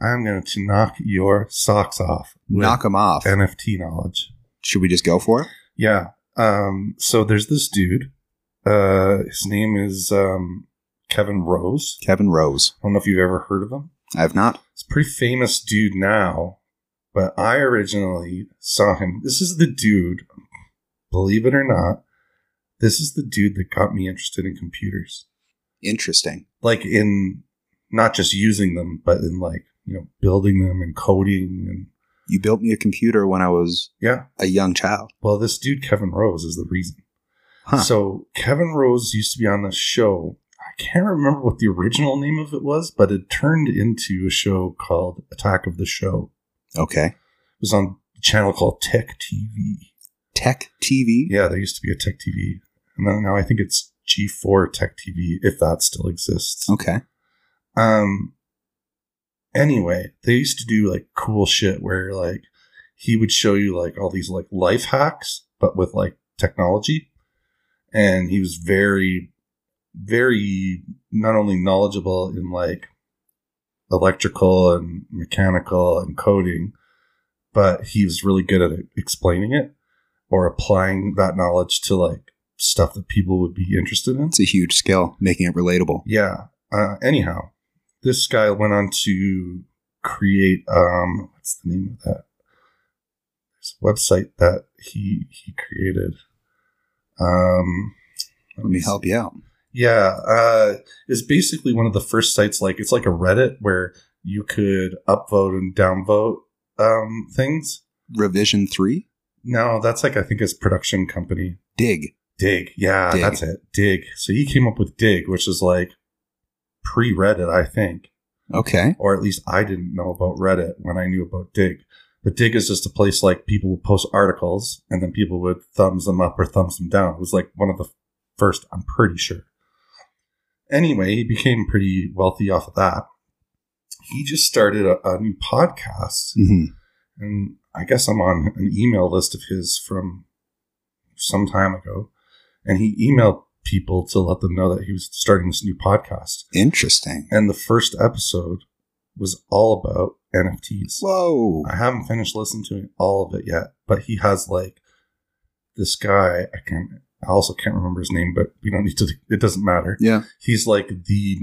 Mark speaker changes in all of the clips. Speaker 1: going to knock your socks off with
Speaker 2: Knock them off.
Speaker 1: NFT knowledge.
Speaker 2: Should we just go for it?
Speaker 1: Yeah. Um, so there's this dude. Uh, his name is um, Kevin Rose.
Speaker 2: Kevin Rose.
Speaker 1: I don't know if you've ever heard of him.
Speaker 2: I have not.
Speaker 1: He's a pretty famous dude now, but I originally saw him. This is the dude, believe it or not, this is the dude that got me interested in computers.
Speaker 2: Interesting.
Speaker 1: Like in not just using them, but in like, you know, building them and coding and
Speaker 2: You built me a computer when I was
Speaker 1: yeah.
Speaker 2: a young child.
Speaker 1: Well, this dude Kevin Rose is the reason.
Speaker 2: Huh.
Speaker 1: So Kevin Rose used to be on this show. I can't remember what the original name of it was, but it turned into a show called Attack of the Show.
Speaker 2: okay.
Speaker 1: It was on a channel called Tech TV.
Speaker 2: Tech TV.
Speaker 1: Yeah, there used to be a Tech TV, and then now I think it's G4 Tech TV, if that still exists.
Speaker 2: Okay.
Speaker 1: Um. Anyway, they used to do like cool shit where like he would show you like all these like life hacks, but with like technology, and he was very, very not only knowledgeable in like electrical and mechanical and coding, but he was really good at explaining it or applying that knowledge to like stuff that people would be interested in.
Speaker 2: It's a huge skill, making it relatable.
Speaker 1: Yeah. Uh, anyhow, this guy went on to create um what's the name of that? There's a website that he he created. Um
Speaker 2: Let me help you out.
Speaker 1: Yeah, uh it's basically one of the first sites like it's like a Reddit where you could upvote and downvote um things.
Speaker 2: Revision three.
Speaker 1: No, that's like I think his production company.
Speaker 2: Dig.
Speaker 1: Dig. Yeah,
Speaker 2: Dig.
Speaker 1: that's it. Dig. So he came up with Dig, which is like pre Reddit, I think.
Speaker 2: Okay.
Speaker 1: or at least I didn't know about Reddit when I knew about Dig. But Dig is just a place like people would post articles and then people would thumbs them up or thumbs them down. It was like one of the first, I'm pretty sure. Anyway, he became pretty wealthy off of that. He just started a, a new podcast,
Speaker 2: hmm
Speaker 1: and I guess I'm on an email list of his from some time ago. And he emailed people to let them know that he was starting this new podcast
Speaker 2: Interesting.
Speaker 1: and the first episode was all about NFTs.
Speaker 2: Whoa.
Speaker 1: I haven't finished listening to all of it yet, but he has like this guy. I can't. I also can't remember his name, but we don't need to. It doesn't matter.
Speaker 2: Yeah.
Speaker 1: He's like the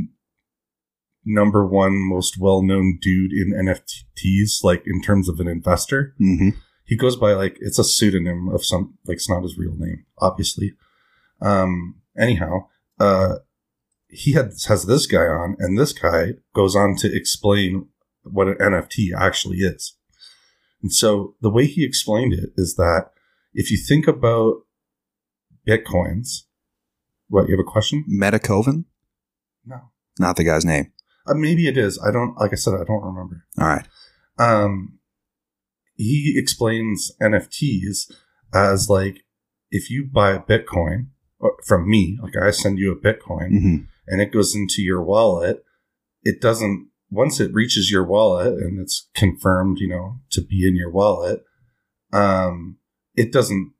Speaker 1: number one most well-known dude in NFTs, like in terms of an investor
Speaker 2: hmm
Speaker 1: he goes by like it's a pseudonym of some like it's not his real name obviously um anyhow uh he had, has this guy on and this guy goes on to explain what an nft actually is and so the way he explained it is that if you think about bitcoins what you have a question
Speaker 2: Metacoven.
Speaker 1: no
Speaker 2: Not the guy's name.
Speaker 1: uh, maybe it is i don't like i said i don't remember
Speaker 2: All right.
Speaker 1: um, he explains NFTs as like if you buy a Bitcoin or- from me, like I send you a Bitcoin
Speaker 2: hmm
Speaker 1: and it goes into your wallet, it doesn't. Once it reaches your wallet and it's confirmed, you know, to be in your wallet, um, it doesn't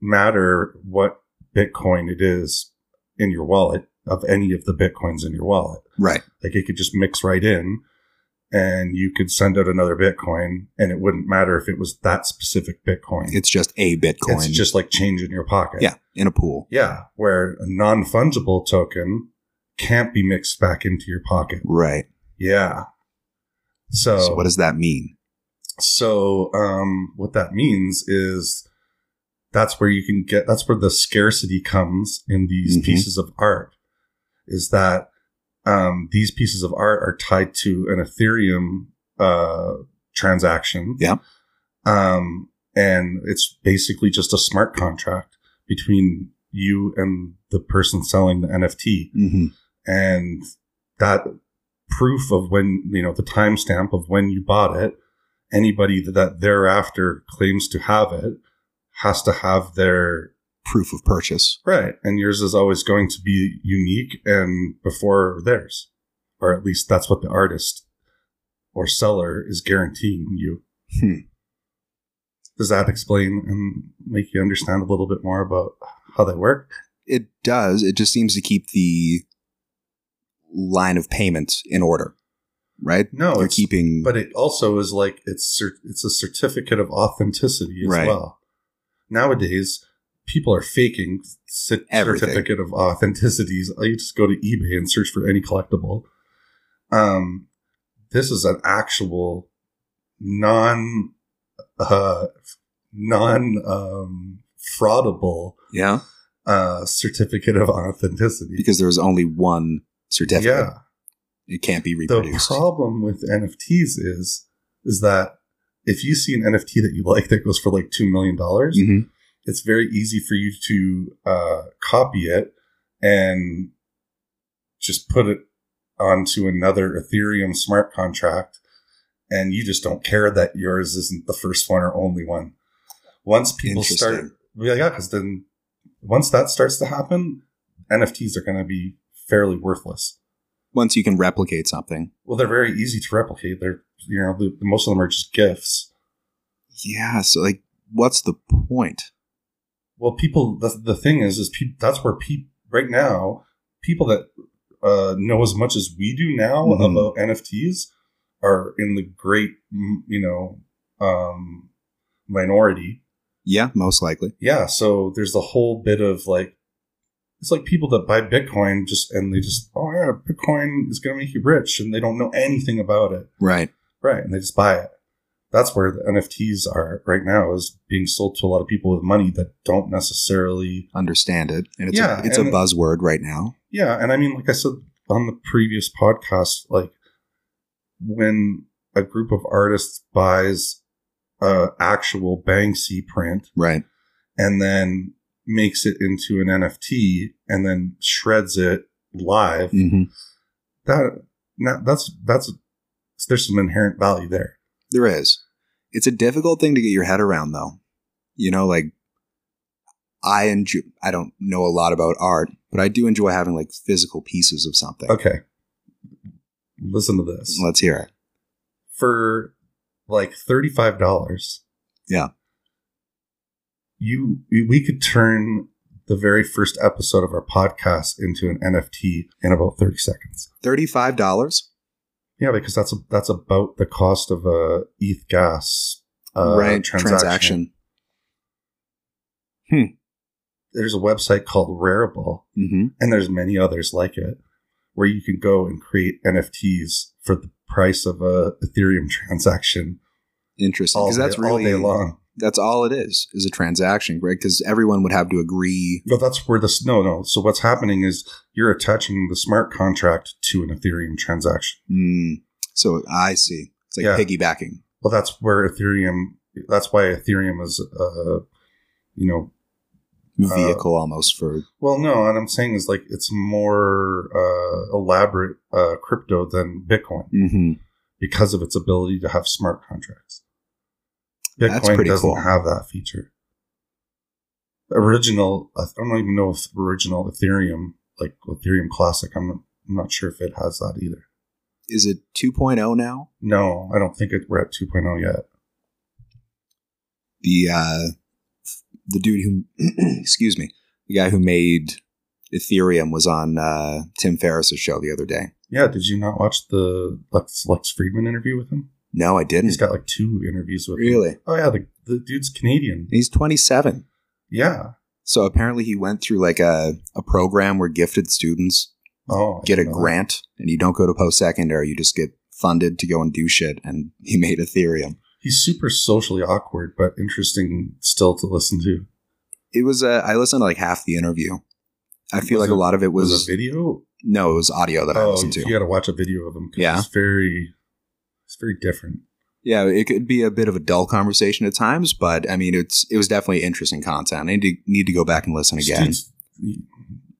Speaker 1: matter what Bitcoin it is in your wallet of any of the Bitcoins in your wallet
Speaker 2: Right.
Speaker 1: like it could just mix right in and you could send out another bitcoin and it wouldn't matter if it was that specific bitcoin
Speaker 2: It's just a Bitcoin.
Speaker 1: It's just like change in your pocket
Speaker 2: yeah in a pool.
Speaker 1: yeah where a non-fungible token can't be mixed back into your pocket
Speaker 2: Right.
Speaker 1: yeah so,
Speaker 2: So what does that mean?
Speaker 1: so um what that means is that's where you can get that's where the scarcity comes in these
Speaker 2: Mhm.
Speaker 1: pieces of art is that um these pieces of art are tied to an ethereum uh transaction
Speaker 2: Yeah.
Speaker 1: um and it's basically just a smart contract between you and the person selling the nft
Speaker 2: Mm-hmm.
Speaker 1: and that proof of when you know the timestamp of when you bought it anybody that, that thereafter claims to have it has to have their
Speaker 2: Proof of purchase.
Speaker 1: right and yours is always going to be unique and before theirs or at least that's what the artist or seller is guaranteeing you
Speaker 2: Hmm.
Speaker 1: does that explain and make you understand a little bit more about how they work
Speaker 2: It does. It just seems to keep the line of payments in order. right?
Speaker 1: No,
Speaker 2: You're
Speaker 1: Oh, it's-
Speaker 2: keeping
Speaker 1: but it also is like it's cer- it's a certificate of authenticity as
Speaker 2: Right.
Speaker 1: well. Nowadays, people are faking cer-
Speaker 2: Everything.
Speaker 1: certificate of authenticities. You just go to eBay and search for any collectible. Um, this is an actual non uh, non um, fraudable
Speaker 2: yeah,
Speaker 1: uh, certificate of authenticity.
Speaker 2: because there's only one certificate.
Speaker 1: yeah,
Speaker 2: It can't be
Speaker 1: the
Speaker 2: reproduced.
Speaker 1: problem with NFTs is is that if you see an NFT that you like that goes for like two million dollars,
Speaker 2: Mhm.
Speaker 1: it's very easy for you to uh, copy it and just put it onto another Ethereum smart contract, and you just don't care that yours isn't the first one or only one. Once people start,
Speaker 2: Interesting.
Speaker 1: well, yeah, because then once that starts to happen, NFTs are going to be fairly worthless.
Speaker 2: Once you can replicate something.
Speaker 1: Well, they're very easy to replicate. They're you know the, most of them are just gifts.
Speaker 2: Yeah. So like, what's the point?
Speaker 1: Well, people the, the thing is is peop that's where people right now people that uh, know as much as we do now
Speaker 2: Mhm.
Speaker 1: about NFTs are in the great mm, you know um, minority.
Speaker 2: Yeah, most likely.
Speaker 1: Yeah, so there's the whole bit of like it's like people that buy Bitcoin just and they just oh yeah Bitcoin is gonna make you rich and they don't know anything about it.
Speaker 2: Right.
Speaker 1: Right, and they just buy it. That's where the NFTs are right now is being sold to a lot of people with money that don't necessarily
Speaker 2: Understand it, and it's
Speaker 1: Yeah,
Speaker 2: a, it's
Speaker 1: and-
Speaker 2: a buzzword right now.
Speaker 1: Yeah, and I mean like I said on the previous podcast like when a group of artists buys a actual Banksy print
Speaker 2: Right.
Speaker 1: and then makes it into an NFT and then shreds it live
Speaker 2: hmm
Speaker 1: that now that's that's there's some inherent value there.
Speaker 2: There is. It's a difficult thing to get your head around, though. You know, like I enjoy. I don't know a lot about art, but I do enjoy having like physical pieces of something.
Speaker 1: Okay. Listen to this.
Speaker 2: Let's hear it.
Speaker 1: for like thirty five dollars.
Speaker 2: Yeah.
Speaker 1: You we could turn the very first episode of our podcast into an NFT in about thirty seconds.
Speaker 2: Thirty-five dollars.
Speaker 1: Yeah, because that's a, that's about the cost of a ETH gas uh,
Speaker 2: right.
Speaker 1: transaction.
Speaker 2: Transaction.
Speaker 1: There's a website called Rareable,
Speaker 2: hmm
Speaker 1: and there's many others like it, where you can go and create NFTs for the price of a Ethereum transaction
Speaker 2: Interesting.
Speaker 1: all,
Speaker 2: Because that's
Speaker 1: day, all
Speaker 2: really
Speaker 1: day long.
Speaker 2: that's all it is is a transaction, right? Because everyone would have to agree.
Speaker 1: But that's where this no no. So what's happening is you're attaching the smart contract to an Ethereum transaction.
Speaker 2: Mm. So I see. It's like
Speaker 1: Yeah.
Speaker 2: piggybacking.
Speaker 1: Well, that's where Ethereum. That's why Ethereum is, uh, you know, Uh,
Speaker 2: Vehicle almost for
Speaker 1: well, no. What I'm saying is like it's more uh, elaborate uh, crypto than Bitcoin
Speaker 2: Mhm.
Speaker 1: because of its ability to have smart contracts.
Speaker 2: That's
Speaker 1: Bitcoin
Speaker 2: pretty
Speaker 1: doesn't
Speaker 2: cool.
Speaker 1: have that feature. Original, I don't even know if original Ethereum, like Ethereum Classic, I'm not, I'm not sure if it has that either.
Speaker 2: is it 2.0 now?
Speaker 1: No, I don't think it, we're at 2.0 yet.
Speaker 2: The uh, the dude who excuse me, the guy who made Ethereum was on uh, Tim Ferriss's show the other day.
Speaker 1: Yeah, did you not watch the Lex Lex Friedman interview with him?
Speaker 2: No, I
Speaker 1: He's
Speaker 2: didn't.
Speaker 1: got like two interviews with. Him.
Speaker 2: really?
Speaker 1: Oh yeah, the, the dude's Canadian.
Speaker 2: He's 27.
Speaker 1: Yeah.
Speaker 2: So apparently he went through like a, a program where gifted students
Speaker 1: Oh, I
Speaker 2: get a
Speaker 1: didn't know that.
Speaker 2: grant and you don't go to post secondary, you just get funded to go and do shit and he made Ethereum.
Speaker 1: He's super socially awkward, but interesting still to listen to.
Speaker 2: It was uh, I listened to like half the interview. I feel
Speaker 1: Was
Speaker 2: like
Speaker 1: it-
Speaker 2: a lot of it was,
Speaker 1: Was, it a video?
Speaker 2: no, it was audio that I
Speaker 1: oh,
Speaker 2: listened to.
Speaker 1: you got to watch a video of him. 'cause
Speaker 2: Yeah.
Speaker 1: it's very, it's very different.
Speaker 2: Yeah, it could be a bit of a dull conversation at times, but I mean, it's it was definitely interesting content. I need to need to go back and listen
Speaker 1: This
Speaker 2: again.
Speaker 1: dude's- he-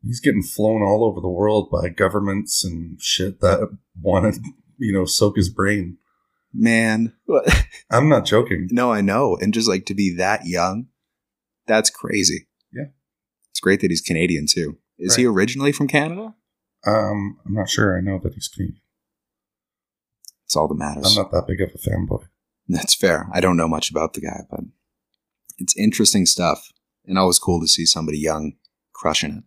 Speaker 1: he's getting flown all over the world by governments and shit that want to, you know, soak his brain.
Speaker 2: Man,
Speaker 1: I'm not joking.
Speaker 2: no, I know, and just like to be that young, that's crazy.
Speaker 1: Yeah.
Speaker 2: it's great that he's Canadian too. Is he originally from Canada?
Speaker 1: Um, I'm not sure. I know that he's Canadian.
Speaker 2: It's all that matters.
Speaker 1: I'm not that big of a fanboy.
Speaker 2: That's fair. I don't know much about the guy, but it's interesting stuff, and always cool to see somebody young crushing it.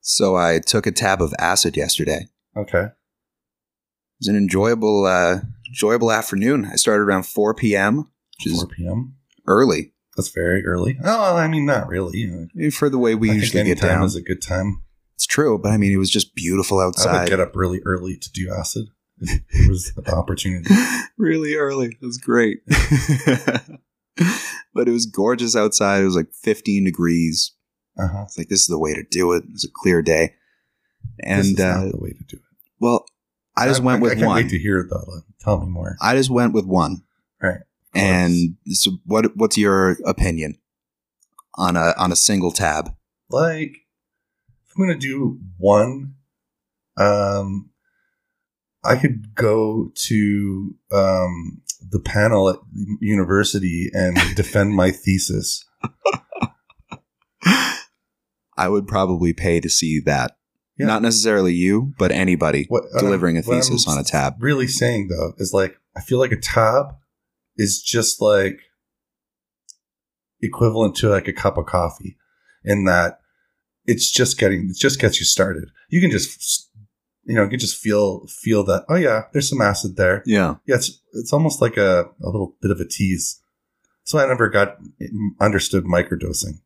Speaker 2: So I took a tab of acid yesterday.
Speaker 1: Okay.
Speaker 2: was an enjoyable, uh, enjoyable afternoon. I started around 4 p.m., which is
Speaker 1: 4 p.m.
Speaker 2: early
Speaker 1: That's very early. Oh, I mean, not really.
Speaker 2: I mean, for the way we
Speaker 1: I
Speaker 2: usually get
Speaker 1: time
Speaker 2: down.
Speaker 1: is a good time.
Speaker 2: it's true, but I mean, it was just beautiful
Speaker 1: I would
Speaker 2: outside.
Speaker 1: get up really early to do acid. If it was an opportunity.
Speaker 2: really early. It was great. but it was gorgeous outside. It was like 15 degrees.
Speaker 1: Uh-huh.
Speaker 2: It's like, this is the way to do it. It's a clear day.
Speaker 1: This is
Speaker 2: And,
Speaker 1: not
Speaker 2: uh,
Speaker 1: the way to do it.
Speaker 2: well, I just went
Speaker 1: I
Speaker 2: with
Speaker 1: can't
Speaker 2: one.
Speaker 1: Wait to hear that. Tell me more.
Speaker 2: I just went with one.
Speaker 1: Right.
Speaker 2: And so what what's your opinion on a on a single tab?
Speaker 1: like if I'm gonna do one, um, I could go to um the panel at university and defend my thesis.
Speaker 2: I would probably pay to see that.
Speaker 1: Yeah.
Speaker 2: Not necessarily you, but anybody
Speaker 1: What uh,
Speaker 2: delivering a
Speaker 1: what I'm
Speaker 2: thesis on a tab.
Speaker 1: really saying though is like I feel like a tab is just like equivalent to like a cup of coffee in that it's just getting it just gets you started. You can just you know, you can just feel feel that oh yeah, there's some acid there.
Speaker 2: Yeah.
Speaker 1: Yeah, it's it's almost like a, a little bit of a tease. So I never got mm, understood microdosing.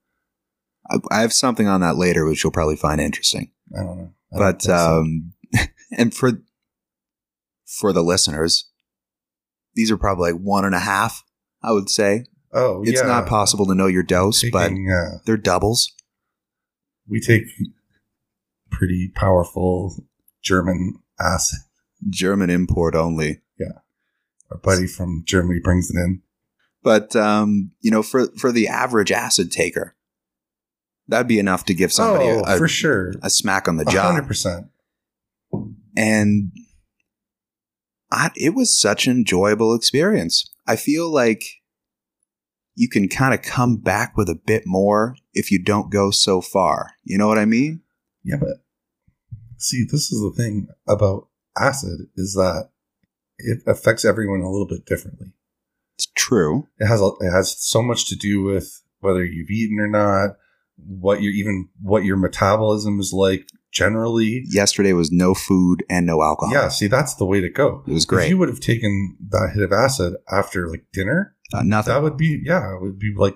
Speaker 2: I, I have something on that later, which you'll probably find interesting.
Speaker 1: I don't know. I don't think
Speaker 2: But
Speaker 1: so.
Speaker 2: um, and for for the listeners, these are probably like one and a half. I would say
Speaker 1: oh,
Speaker 2: it's
Speaker 1: yeah.
Speaker 2: not possible to know your dose, but
Speaker 1: Taking, uh,
Speaker 2: they're doubles.
Speaker 1: we take pretty powerful German acid.
Speaker 2: German import only.
Speaker 1: Our buddy from Germany brings it in.
Speaker 2: but um, you know, for for the average acid taker, that'd be enough to give somebody
Speaker 1: oh,
Speaker 2: a,
Speaker 1: for sure,
Speaker 2: a smack on the jaw.
Speaker 1: hundred percent.
Speaker 2: And I, it was such an enjoyable experience. I feel like you can kind of come back with a bit more if you don't go so far. You know what I mean?
Speaker 1: Yeah, but see, this is the thing about acid is that it affects everyone a little bit differently.
Speaker 2: It's true.
Speaker 1: it has a, it has so much to do with whether you've eaten or not, what your even what your metabolism is like generally.
Speaker 2: Yesterday was no food and no alcohol.
Speaker 1: Yeah, see, that's the way to go.
Speaker 2: it was
Speaker 1: If
Speaker 2: great.
Speaker 1: you would have taken that hit of acid after like dinner,
Speaker 2: Uh, nothing.
Speaker 1: that would be yeah, it would be like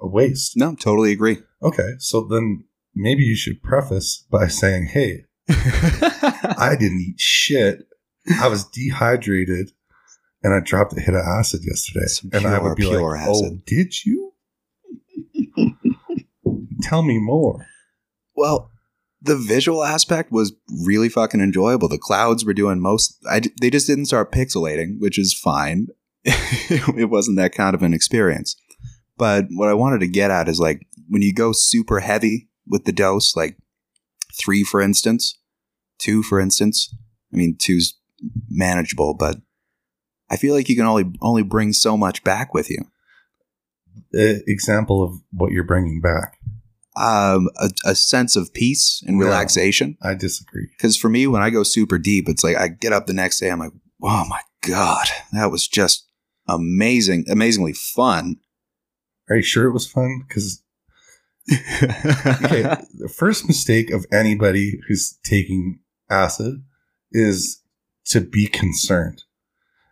Speaker 1: a waste.
Speaker 2: no, totally agree.
Speaker 1: Okay, so then maybe you should preface by saying, "Hey, I didn't eat shit. I was dehydrated, and I dropped a hit of acid yesterday."
Speaker 2: Some
Speaker 1: and I
Speaker 2: pure,
Speaker 1: would be
Speaker 2: pure
Speaker 1: like, "Oh,
Speaker 2: acid.
Speaker 1: did you? Tell me more."
Speaker 2: Well, the visual aspect was really fucking enjoyable. The clouds were doing most. I, they just didn't start pixelating, which is fine. it wasn't that kind of an experience. But what I wanted to get at is like when you go super heavy with the dose, like three, for instance, two, for instance. I mean, two's manageable, but I feel like you can only only bring so much back with you.
Speaker 1: Uh, example of what you're bringing back.
Speaker 2: Um, a, a sense of peace and
Speaker 1: No.
Speaker 2: relaxation.
Speaker 1: I disagree.
Speaker 2: Because for me, when I go super deep, it's like I get up the next day, I'm like, oh my God, that was just amazing, amazingly fun.
Speaker 1: Are you sure it was fun? Because okay, the first mistake of anybody who's taking acid is to be concerned.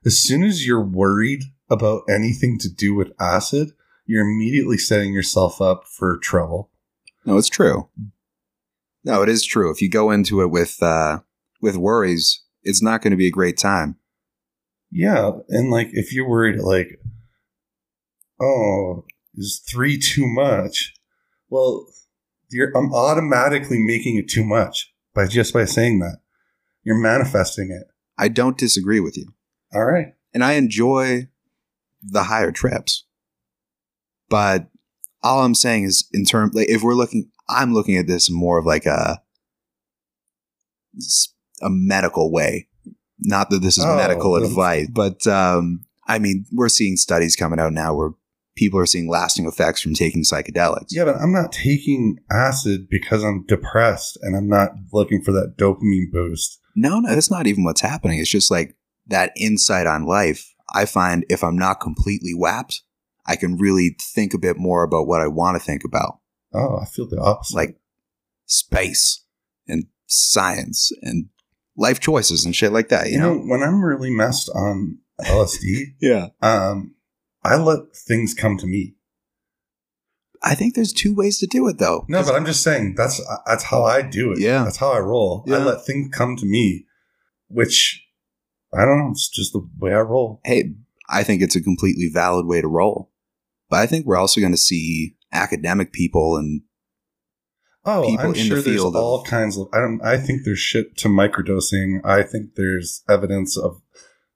Speaker 1: As soon as you're worried about anything to do with acid, you're immediately setting yourself up for trouble.
Speaker 2: no, it's true. No, it is true. If you go into it with uh, with worries, it's not going to be a great time.
Speaker 1: Yeah, and like if you're worried, like, oh, is three too much? Well, you're I'm automatically making it too much by just by saying that. You're manifesting it.
Speaker 2: I don't disagree with you,
Speaker 1: All right.
Speaker 2: and I enjoy the higher trips, but all I'm saying is, in terms, like if we're looking, I'm looking at this more of like a s- a medical way. Not that this is
Speaker 1: Oh,
Speaker 2: medical
Speaker 1: that's-
Speaker 2: advice, but um, I mean, we're seeing studies coming out now where people are seeing lasting effects from taking psychedelics.
Speaker 1: Yeah, but I'm not taking acid because I'm depressed and I'm not looking for that dopamine boost.
Speaker 2: No, no, that's not even what's happening. It's just like that insight on life. I find if I'm not completely whapped, I can really think a bit more about what I want to think about,
Speaker 1: Oh, I feel the opposite.
Speaker 2: like space and science and life choices and shit like that. You,
Speaker 1: You know,
Speaker 2: know?
Speaker 1: when I'm really messed on LSD,
Speaker 2: Yeah.
Speaker 1: um, I let things come to me.
Speaker 2: I think there's two ways to do it though.
Speaker 1: No, but I'm just saying that's uh, that's how I do it.
Speaker 2: Yeah.
Speaker 1: that's how I roll. I
Speaker 2: Yeah.
Speaker 1: let things come to me, which I don't know. It's just the way I roll.
Speaker 2: hey, I think it's a completely valid way to roll. But I think we're also going to see academic people and
Speaker 1: Oh,
Speaker 2: People
Speaker 1: I'm
Speaker 2: in the
Speaker 1: sure there's
Speaker 2: field of-
Speaker 1: all kinds of. I don't. I think there's shit to microdosing. I think there's evidence of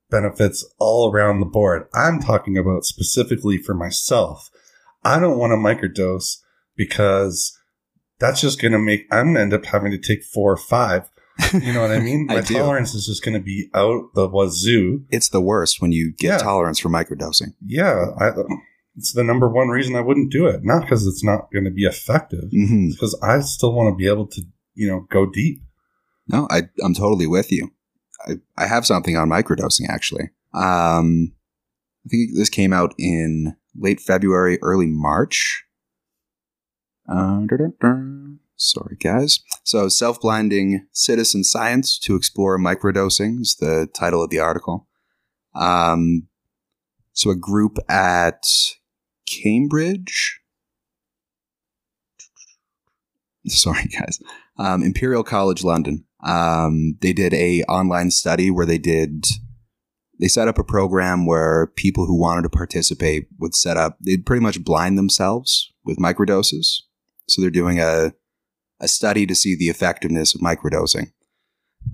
Speaker 1: benefits all around the board. I'm talking about specifically for myself. I don't want to microdose because that's just going to make. I'm going to end up having to take four or five. You know what I mean?
Speaker 2: I
Speaker 1: My
Speaker 2: do.
Speaker 1: tolerance is just going to be out the wazoo.
Speaker 2: it's the worst when you get
Speaker 1: Yeah.
Speaker 2: tolerance for microdosing.
Speaker 1: yeah, I, it's the number one reason I wouldn't do it. Not because it's not going to be effective,
Speaker 2: hmm
Speaker 1: because I still want to be able to, you know, go deep.
Speaker 2: No, I, I'm totally with you. I, I have something on microdosing actually. Um, I think this came out in late February, early March. Uh, da-da-da. Sorry, guys. So, Self Blinding Citizen Science to Explore Microdosing is the title of the article. Um, so, a group at Cambridge. Sorry, guys um, Imperial College London. Um, they did a online study where they did they set up a program where people who wanted to participate would set up they'd pretty much blind themselves with microdoses. So they're doing a a study to see the effectiveness of microdosing.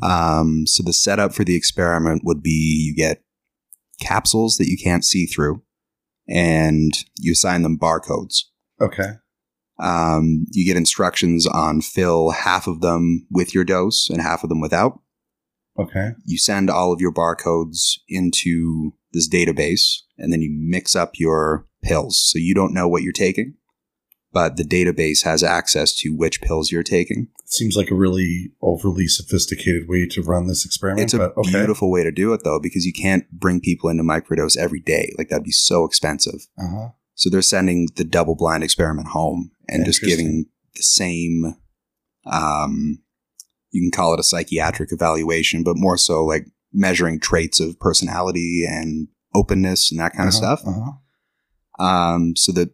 Speaker 2: Um, so the setup for the experiment would be you get capsules that you can't see through, and you assign them barcodes.
Speaker 1: Okay.
Speaker 2: Um, you get instructions on fill half of them with your dose and half of them without.
Speaker 1: Okay.
Speaker 2: You send all of your barcodes into this database and then you mix up your pills. So you don't know what you're taking, but the database has access to which pills you're taking.
Speaker 1: It seems like a really overly sophisticated way to run this experiment.
Speaker 2: It's a
Speaker 1: but okay.
Speaker 2: beautiful way to do it though, because you can't bring people into microdose every day. Like that'd be so expensive.
Speaker 1: Uh-huh.
Speaker 2: So they're sending the double blind experiment home and just
Speaker 1: Interesting.
Speaker 2: giving the same, um, you can call it a psychiatric evaluation, but more so like measuring traits of personality and openness and that kind of
Speaker 1: uh-huh,
Speaker 2: stuff.
Speaker 1: Uh-huh.
Speaker 2: Um, so the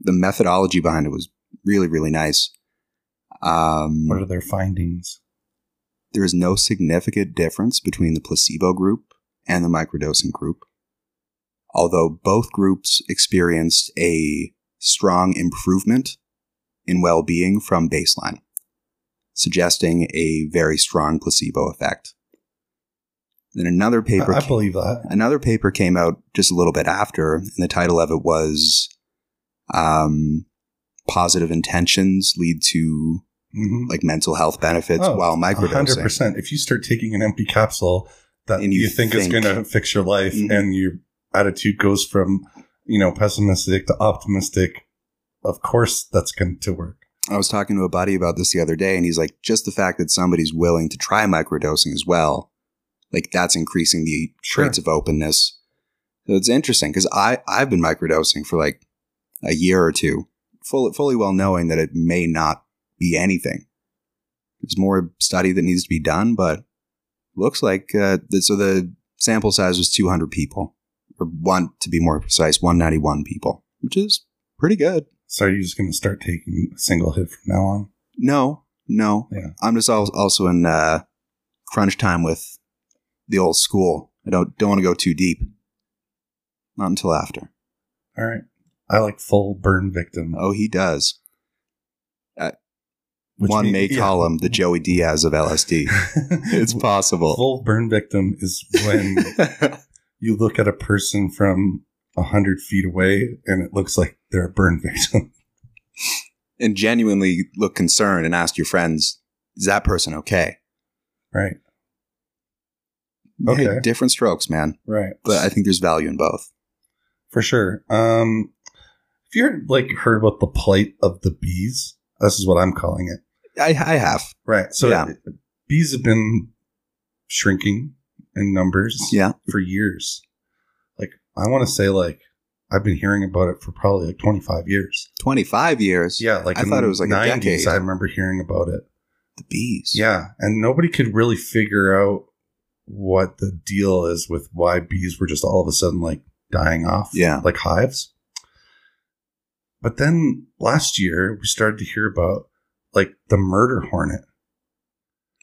Speaker 2: the methodology behind it was really really nice. Um,
Speaker 1: What are their findings?
Speaker 2: there is no significant difference between the placebo group and the microdosing group, although both groups experienced a strong improvement in well being from baseline, suggesting a very strong placebo effect. Then another
Speaker 1: I,
Speaker 2: paper
Speaker 1: I
Speaker 2: ca-
Speaker 1: believe that.
Speaker 2: another paper came out just a little bit after, and the title of it was um, Positive Intentions Lead to
Speaker 1: Mhm.
Speaker 2: like mental health benefits
Speaker 1: Oh,
Speaker 2: while microdosing.
Speaker 1: 100%. If you start taking an empty capsule that
Speaker 2: And
Speaker 1: you,
Speaker 2: you
Speaker 1: think, is
Speaker 2: think-
Speaker 1: going to fix your life
Speaker 2: Mhm.
Speaker 1: and your attitude goes from, you know, pessimistic to optimistic, of course that's going to work.
Speaker 2: I was talking to a buddy about this the other day, and he's like, just the fact that somebody's willing to try microdosing as well, like that's increasing the
Speaker 1: Sure.
Speaker 2: traits of openness. So it's interesting because I I've been microdosing for like a year or two, fully fully well knowing that it may not be anything. There's more study that needs to be done, but looks like uh, th- so the sample size was 200 people, or one to be more precise, 191 people, which is pretty good.
Speaker 1: So are you just going to start taking a single hit from now on?
Speaker 2: No, no.
Speaker 1: Yeah.
Speaker 2: I'm just al- also in uh, crunch time with the old school. I don't don't want to go too deep. Not until after.
Speaker 1: All right. I like full burn victim.
Speaker 2: Oh, he does.
Speaker 1: which
Speaker 2: One
Speaker 1: means-
Speaker 2: may
Speaker 1: yeah.
Speaker 2: call him the Joey Diaz of LSD. it's possible.
Speaker 1: full burn victim is when you look at a person from a hundred feet away and it looks like they're a burn victim.
Speaker 2: and genuinely look concerned and ask your friends, "Is that person okay?"
Speaker 1: right.
Speaker 2: Hey,
Speaker 1: Okay.
Speaker 2: different strokes, man.
Speaker 1: Right.
Speaker 2: But I think there's value in both.
Speaker 1: for sure. Um, if you're like heard about the plight of the bees, this is what I'm calling it.
Speaker 2: I, I have.
Speaker 1: Right. So
Speaker 2: Yeah.
Speaker 1: bees have been shrinking in numbers
Speaker 2: Yeah.
Speaker 1: for years. Like I want to say, like I've been hearing about it for probably like 25 years.
Speaker 2: 25 years.
Speaker 1: Yeah. Like
Speaker 2: I thought it was like a
Speaker 1: 90s,
Speaker 2: decade.
Speaker 1: I remember hearing about it.
Speaker 2: the bees.
Speaker 1: Yeah, and nobody could really figure out what the deal is with why bees were just all of a sudden like dying off,
Speaker 2: Yeah.
Speaker 1: like hives. But then last year we started to hear about like the murder hornet.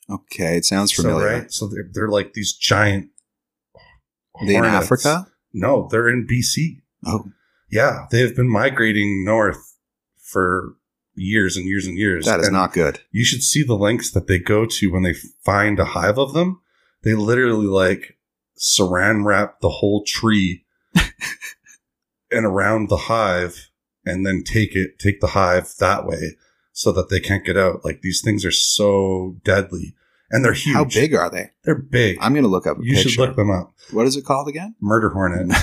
Speaker 2: Okay. It sounds familiar.
Speaker 1: So, right? so they're, they're like these giant.
Speaker 2: Are they in
Speaker 1: hornets.
Speaker 2: Africa?
Speaker 1: No, they're in BC.
Speaker 2: Oh,
Speaker 1: Yeah, they have been migrating north for years and years and years.
Speaker 2: that is
Speaker 1: And
Speaker 2: not good.
Speaker 1: You should see the lengths that they go to when they find a hive of them. They literally like saran wrap the whole tree and around the hive, and then take it, take the hive that way, so that they can't get out. Like these things are so deadly, and they're huge.
Speaker 2: How big are they?
Speaker 1: They're big.
Speaker 2: I'm going to look up a
Speaker 1: you
Speaker 2: picture.
Speaker 1: should look them up.
Speaker 2: what is it called again?
Speaker 1: Murder hornet.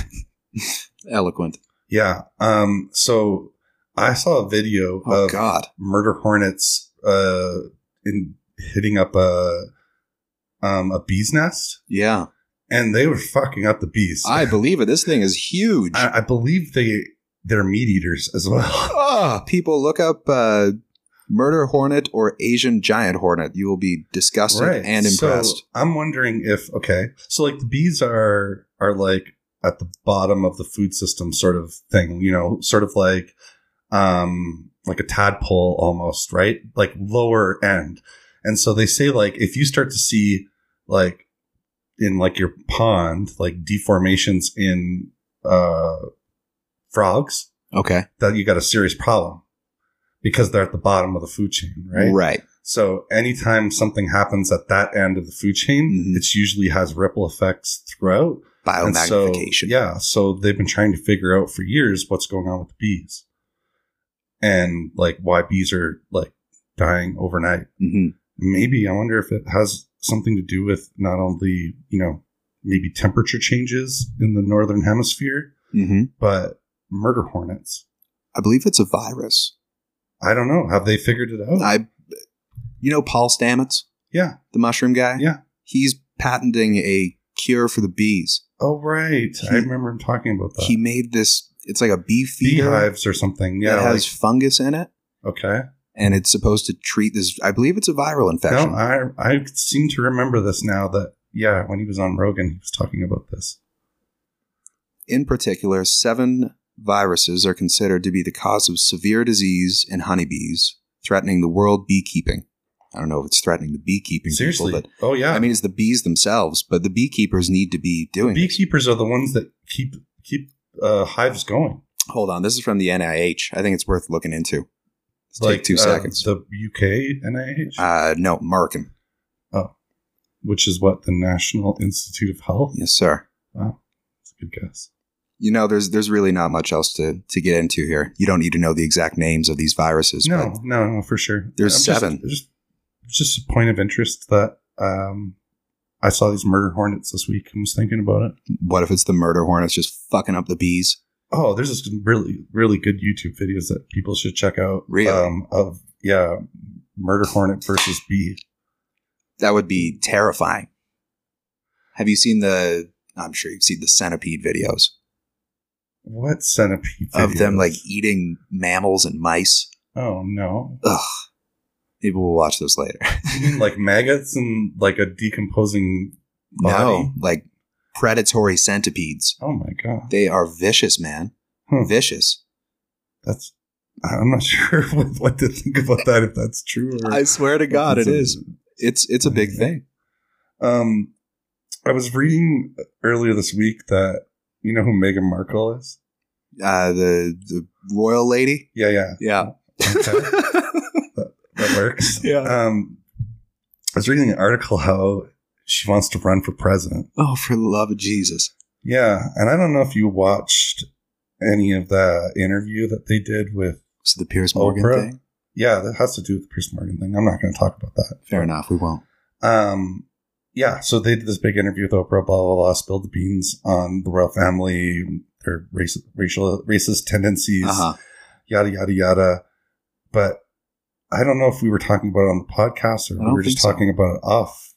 Speaker 2: Eloquent.
Speaker 1: yeah. Um. So I saw a video
Speaker 2: Oh,
Speaker 1: of
Speaker 2: God.
Speaker 1: murder hornets uh in hitting up a um a bee's nest
Speaker 2: Yeah.
Speaker 1: and they were fucking up the bees
Speaker 2: I believe it. This thing is huge.
Speaker 1: I, I believe they they're meat eaters as well
Speaker 2: Ah, people look up uh, murder hornet or Asian giant hornet. You will be disgusted and
Speaker 1: So,
Speaker 2: impressed.
Speaker 1: i'm wondering if okay so like the bees are are like at the bottom of the food system sort of thing you know sort of like um like a tadpole almost right like lower end and so they say like if you start to see like in like your pond like deformations in uh frogs
Speaker 2: okay.
Speaker 1: that you got a serious problem because they're at the bottom of the food chain right
Speaker 2: Right.
Speaker 1: so anytime something happens at that end of the food chain,
Speaker 2: Mhm.
Speaker 1: it's usually has ripple effects throughout.
Speaker 2: Oh,
Speaker 1: And so,
Speaker 2: Biomagnification.
Speaker 1: yeah. So they've been trying to figure out for years what's going on with the bees and like why bees are like dying overnight.
Speaker 2: hmm
Speaker 1: Maybe I wonder if it has something to do with not only, you know, maybe temperature changes in the northern hemisphere,
Speaker 2: hmm
Speaker 1: but murder hornets.
Speaker 2: I believe it's a virus.
Speaker 1: I don't know. Have they figured it out?
Speaker 2: I, you know, Paul Stamets,
Speaker 1: yeah.
Speaker 2: the mushroom guy.
Speaker 1: Yeah.
Speaker 2: He's patenting a cure for the bees.
Speaker 1: Oh, right. I
Speaker 2: He-
Speaker 1: remember him talking about that.
Speaker 2: He made this. It's like a bee feeder
Speaker 1: beehives or something. Yeah.
Speaker 2: that
Speaker 1: like-
Speaker 2: has fungus in it,
Speaker 1: okay.
Speaker 2: and it's supposed to treat this. I believe it's a viral infection.
Speaker 1: No, I I seem to remember this now that yeah, when he was on Rogan, he was talking about this.
Speaker 2: In particular, seven viruses are considered to be the cause of severe disease in honeybees, threatening the world beekeeping. I don't know if it's threatening the beekeeping
Speaker 1: Seriously.
Speaker 2: people, but
Speaker 1: oh yeah.
Speaker 2: I mean, it's the bees themselves, but the beekeepers need to be doing this.
Speaker 1: beekeepers are the ones that keep keep uh, hives going.
Speaker 2: Hold on, this is from the NIH. I think it's worth looking into. Let's
Speaker 1: Like
Speaker 2: take two
Speaker 1: uh,
Speaker 2: seconds.
Speaker 1: The UK NIH,
Speaker 2: Uh, no, American.
Speaker 1: which is what the National Institute of Health.
Speaker 2: Yes, sir.
Speaker 1: That's a good guess.
Speaker 2: You know, there's there's really not much else to, to get into here. You don't need to know the exact names of these viruses.
Speaker 1: No,
Speaker 2: but
Speaker 1: no, no, for sure.
Speaker 2: There's
Speaker 1: just-
Speaker 2: seven.
Speaker 1: Just, it's just a point of interest that um, I saw these murder hornets this week and was thinking about it.
Speaker 2: what if it's the murder hornets just fucking up the bees?
Speaker 1: Oh, there's some really, really good YouTube videos that people should check out.
Speaker 2: Really?
Speaker 1: Um, of yeah, murder hornet versus bee.
Speaker 2: That would be terrifying. Have you seen the? I'm sure you've seen the centipede videos
Speaker 1: What centipede
Speaker 2: of them
Speaker 1: videos?
Speaker 2: like eating mammals and mice.
Speaker 1: Oh no!
Speaker 2: Ugh. Maybe we'll watch those later.
Speaker 1: You mean like maggots and like a decomposing body?
Speaker 2: No, like predatory centipedes.
Speaker 1: Oh my god,
Speaker 2: They are vicious, man.
Speaker 1: Hmm.
Speaker 2: Vicious.
Speaker 1: that's. I'm not sure what, what to think about that if that's true. Or
Speaker 2: swear to
Speaker 1: It's a-
Speaker 2: It's it's a big thing.
Speaker 1: Um, I was reading earlier this week that you know who Meghan Markle is.
Speaker 2: Uh, the the royal lady.
Speaker 1: Yeah, yeah.
Speaker 2: Yeah.
Speaker 1: Okay. that works.
Speaker 2: Yeah.
Speaker 1: Um, I was reading an article how she wants to run for president.
Speaker 2: oh, for the love of Jesus!
Speaker 1: Yeah, and I don't know if you watched any of that interview that they did with.
Speaker 2: So the Piers Morgan
Speaker 1: Oprah.
Speaker 2: thing.
Speaker 1: Yeah, that has to do with the Pierce Morgan thing. I'm not going to talk about that.
Speaker 2: Fair enough. We won't.
Speaker 1: Um, yeah, so they did this big interview with Oprah, blah blah blah, spilled the beans on the royal family, their race, racial racist tendencies,
Speaker 2: Uh huh.
Speaker 1: yada yada yada. But I don't know if we were talking about it on the podcast or
Speaker 2: I
Speaker 1: we were
Speaker 2: don't
Speaker 1: just
Speaker 2: think so.
Speaker 1: talking about it off.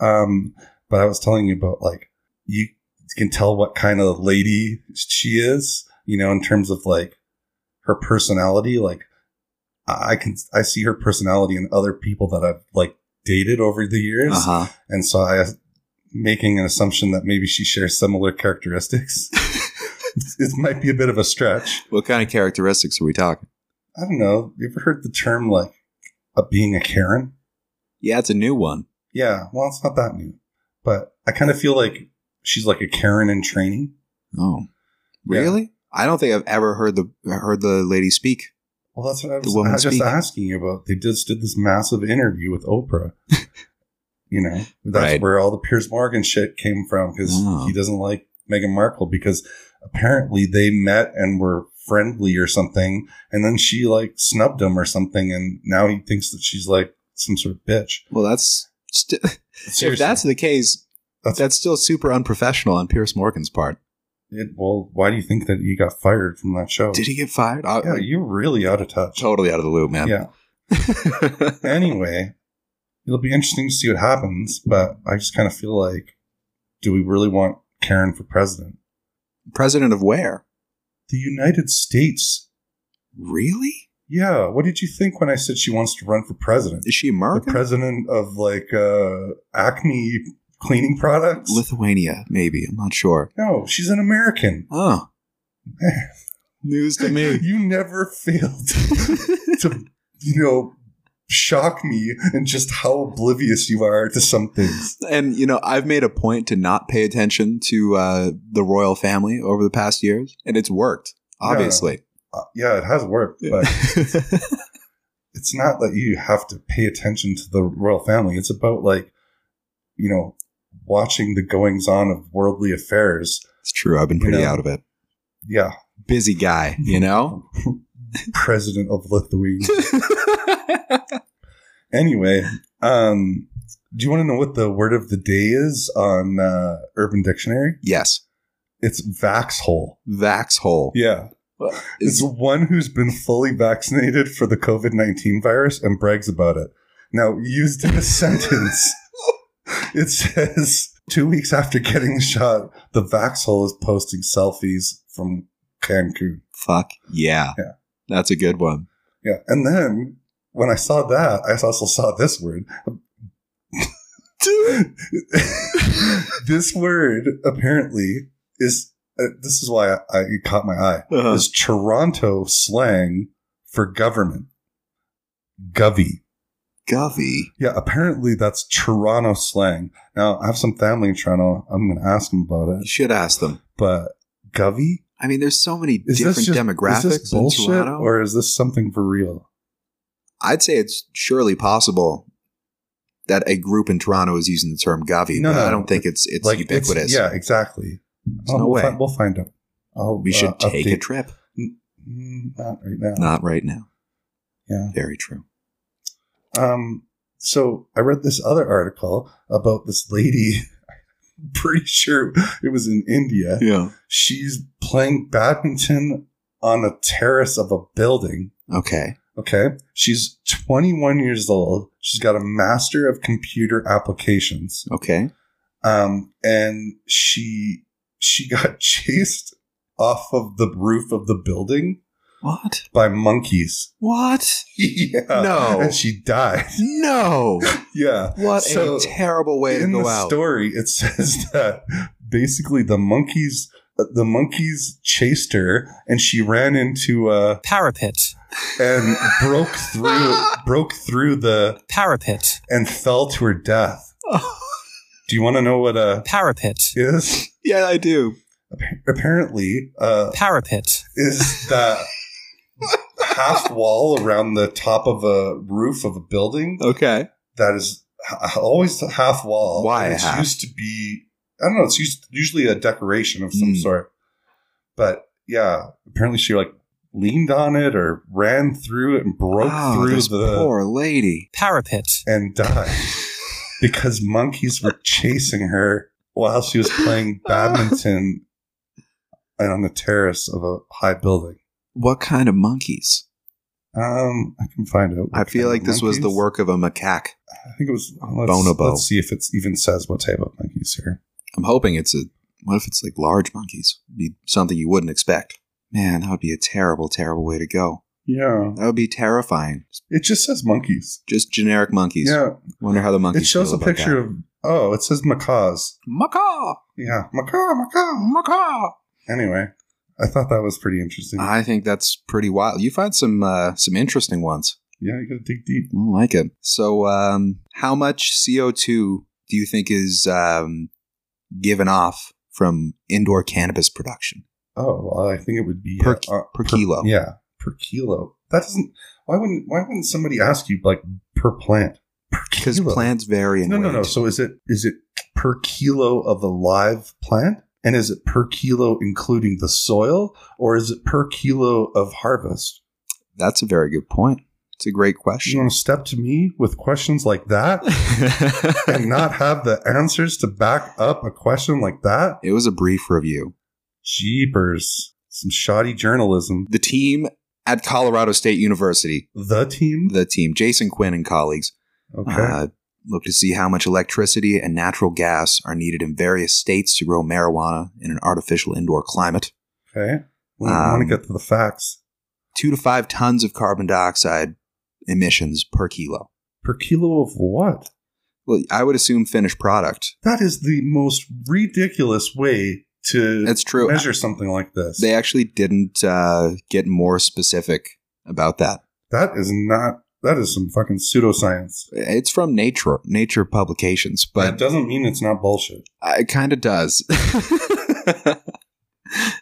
Speaker 1: Um, but I was telling you about like you can tell what kind of lady she is, you know, in terms of like her personality. Like I can I see her personality in other people that I've like dated over the years,
Speaker 2: Uh huh.
Speaker 1: and so I making an assumption that maybe she shares similar characteristics. it might be a bit of a stretch.
Speaker 2: What kind of characteristics are we talking?
Speaker 1: I don't know. You ever heard the term like uh, being a Karen?
Speaker 2: Yeah, it's a new one.
Speaker 1: Yeah, well, it's not that new, but I kind of feel like she's like a Karen in training.
Speaker 2: Oh,
Speaker 1: Yeah.
Speaker 2: really? I don't think I've ever heard the heard the lady speak.
Speaker 1: Well, that's what I was,
Speaker 2: The woman
Speaker 1: I was just
Speaker 2: speak.
Speaker 1: asking you about. They just did this massive interview with Oprah. you know, that's
Speaker 2: Right.
Speaker 1: where all the Piers Morgan shit came from because
Speaker 2: Oh.
Speaker 1: he doesn't like Meghan Markle because apparently they met and were friendly or something, and then she like snubbed him or something, and now he thinks that she's like some sort of bitch.
Speaker 2: Well, that's st- if
Speaker 1: Seriously.
Speaker 2: that's the case,
Speaker 1: That's-
Speaker 2: that's, still super unprofessional on Pierce Morgan's part.
Speaker 1: It- well, why do you think that you got fired from that show?
Speaker 2: Did he Oh. get fired? I,
Speaker 1: Oh. yeah,
Speaker 2: I'm
Speaker 1: you're really out of touch.
Speaker 2: totally out of the loop, man.
Speaker 1: Yeah. anyway, it'll be interesting to see what happens, but I just kind of feel like do we really want Karen for president?
Speaker 2: President of where?
Speaker 1: The United States.
Speaker 2: Really?
Speaker 1: Yeah, what did you think when I said she wants to run for president?
Speaker 2: Is she
Speaker 1: The
Speaker 2: American?
Speaker 1: president of like uh Acme cleaning products?
Speaker 2: Lithuania, maybe. I'm not sure.
Speaker 1: no, she's an American.
Speaker 2: Oh, news to me.
Speaker 1: you never failed to, you know, shock me and just how oblivious you are to some things.
Speaker 2: and you know, I've made a point to not pay attention to uh, the royal family over the past years, and it's worked.
Speaker 1: Yeah.
Speaker 2: Obviously,
Speaker 1: Uh, yeah, it has worked, but it's not that you have to pay attention to the royal family. It's about like, you know, watching the goings on of worldly affairs.
Speaker 2: it's true. I've been pretty
Speaker 1: Yeah.
Speaker 2: out of it.
Speaker 1: Yeah,
Speaker 2: Busy guy, you know.
Speaker 1: president of Lithuania. anyway, um, do you want to know what the word of the day is on uh, Urban Dictionary?
Speaker 2: yes,
Speaker 1: It's vaxhole.
Speaker 2: vax hole.
Speaker 1: Yeah. It's
Speaker 2: Is-
Speaker 1: one who's been fully vaccinated for the COVID 19 virus and brags about it. Now, used in a sentence, it says two weeks after getting the shot, the Vaxhole is posting selfies from Cancun.
Speaker 2: Fuck yeah.
Speaker 1: Yeah.
Speaker 2: That's a good one.
Speaker 1: Yeah. And then when I saw that, I also saw this word. this word apparently is, uh, this is why I, I, it caught my eye.
Speaker 2: Uh-huh.
Speaker 1: is Toronto slang for government. Govy.
Speaker 2: Govy.
Speaker 1: Yeah, apparently that's Toronto slang. Now, I have some family in Toronto. I'm going to ask them about
Speaker 2: You
Speaker 1: it.
Speaker 2: should ask them.
Speaker 1: But Govy?
Speaker 2: I mean, there's so many
Speaker 1: Is
Speaker 2: different
Speaker 1: this just
Speaker 2: demographics
Speaker 1: is this bullshit
Speaker 2: in Toronto.
Speaker 1: or is this something for real?
Speaker 2: I'd say it's surely possible that a group in Toronto is using the term Govy,
Speaker 1: No,
Speaker 2: but
Speaker 1: no,
Speaker 2: I don't think it's it's ubiquitous.
Speaker 1: yeah, exactly. Oh,
Speaker 2: no
Speaker 1: we'll,
Speaker 2: way.
Speaker 1: Fi- we'll find out. I'll,
Speaker 2: we should
Speaker 1: uh,
Speaker 2: take a
Speaker 1: update-
Speaker 2: trip.
Speaker 1: Mm, Not right now.
Speaker 2: Not right now.
Speaker 1: Yeah.
Speaker 2: Very true.
Speaker 1: Um, so I read this other article about this lady. I'm pretty sure it was in India.
Speaker 2: Yeah.
Speaker 1: She's playing badminton on a terrace of a building.
Speaker 2: Okay.
Speaker 1: Okay. She's 21 years old. She's got a master of computer applications.
Speaker 2: Okay.
Speaker 1: Um, and she, she got chased off of the roof of the building
Speaker 2: What?
Speaker 1: by monkeys.
Speaker 2: What?
Speaker 1: yeah.
Speaker 2: No.
Speaker 1: And she died.
Speaker 2: No.
Speaker 1: Yeah.
Speaker 2: What
Speaker 1: So,
Speaker 2: a terrible way to
Speaker 1: in
Speaker 2: go
Speaker 1: the
Speaker 2: out.
Speaker 1: story it says that basically the monkeys the monkeys chased her and she ran into uh
Speaker 3: Parapet.
Speaker 1: and broke through broke through the
Speaker 3: Parapet.
Speaker 1: and fell to her death do you want to know what uh
Speaker 3: Parapet.
Speaker 1: is
Speaker 2: yeah, I do.
Speaker 1: Appa- apparently uh
Speaker 3: Parapet.
Speaker 1: is that half wall around the top of a roof of a building
Speaker 2: Okay.
Speaker 1: that is h- always the half wall.
Speaker 2: Why
Speaker 1: And It's
Speaker 2: half?
Speaker 1: used to be, I don't know, it's used usually a decoration of some
Speaker 2: Mm.
Speaker 1: sort. But yeah, apparently she like leaned on it or ran through it and broke
Speaker 2: Oh,
Speaker 1: through
Speaker 2: this
Speaker 1: the
Speaker 2: poor lady.
Speaker 3: Parapet.
Speaker 1: and died because monkeys were chasing her while she was playing badminton on the terrace of a high building.
Speaker 2: What kind of monkeys?
Speaker 1: Um, I can find out. what
Speaker 2: I feel
Speaker 1: kind
Speaker 2: like
Speaker 1: of
Speaker 2: this was the
Speaker 1: monkeys.
Speaker 2: work of a macaque.
Speaker 1: I think it was. Let's,
Speaker 2: Bonobo.
Speaker 1: let's see if it even says what type of monkeys here.
Speaker 2: I'm hoping it's a. What if it's like large monkeys? It'd be something you wouldn't expect. Man, that would be a terrible, terrible way to go.
Speaker 1: Yeah.
Speaker 2: That would be terrifying.
Speaker 1: It just says monkeys.
Speaker 2: Just generic monkeys.
Speaker 1: Yeah.
Speaker 2: Wonder how the monkeys.
Speaker 1: It shows
Speaker 2: feel
Speaker 1: a
Speaker 2: about
Speaker 1: picture
Speaker 2: that.
Speaker 1: of, oh, it says macaws.
Speaker 2: macaw,
Speaker 1: Yeah. Macaw, macaw.
Speaker 2: macaw.
Speaker 1: Anyway, I thought that was pretty interesting.
Speaker 2: I think that's pretty wild. You find some uh, some interesting ones.
Speaker 1: yeah, you gotta dig deep.
Speaker 2: I like it. So, um, how much CO two do you think is um, given off from indoor cannabis production
Speaker 1: Oh, well, I think it would be uh,
Speaker 2: Per- per kilo?
Speaker 1: Yeah, per kilo. That doesn't. Why wouldn't Why wouldn't somebody ask you like per plant? Per
Speaker 2: Because
Speaker 1: kilo.
Speaker 2: plants vary in
Speaker 1: No,
Speaker 2: weight.
Speaker 1: no, no. So is it is it per kilo of a live plant, and is it per kilo including the soil, or is it per kilo of harvest?
Speaker 2: That's a very good point. It's a great
Speaker 1: You
Speaker 2: question.
Speaker 1: want to step to me with questions like that and not have the answers to back up a question like that?
Speaker 2: it was a brief review.
Speaker 1: Jeepers! Some shoddy journalism.
Speaker 2: The team at Colorado State University,
Speaker 1: The team.
Speaker 2: the team Jason Quinn and colleagues,
Speaker 1: Okay.
Speaker 2: uh, look to see how much electricity and natural gas are needed in various states to grow marijuana in an artificial indoor climate.
Speaker 1: okay. We want to
Speaker 2: um,
Speaker 1: get to the facts.
Speaker 2: Two to five tons of carbon dioxide emissions per kilo.
Speaker 1: Per kilo of what?
Speaker 2: Well, I would assume finished product.
Speaker 1: That is the most ridiculous way to
Speaker 2: That's true.
Speaker 1: measure something like this.
Speaker 2: They actually didn't uh, get more specific about that.
Speaker 1: that is not. That is some fucking pseudoscience.
Speaker 2: It's from Nature, Nature Publications, but
Speaker 1: that doesn't mean it's not bullshit.
Speaker 2: It kind of does.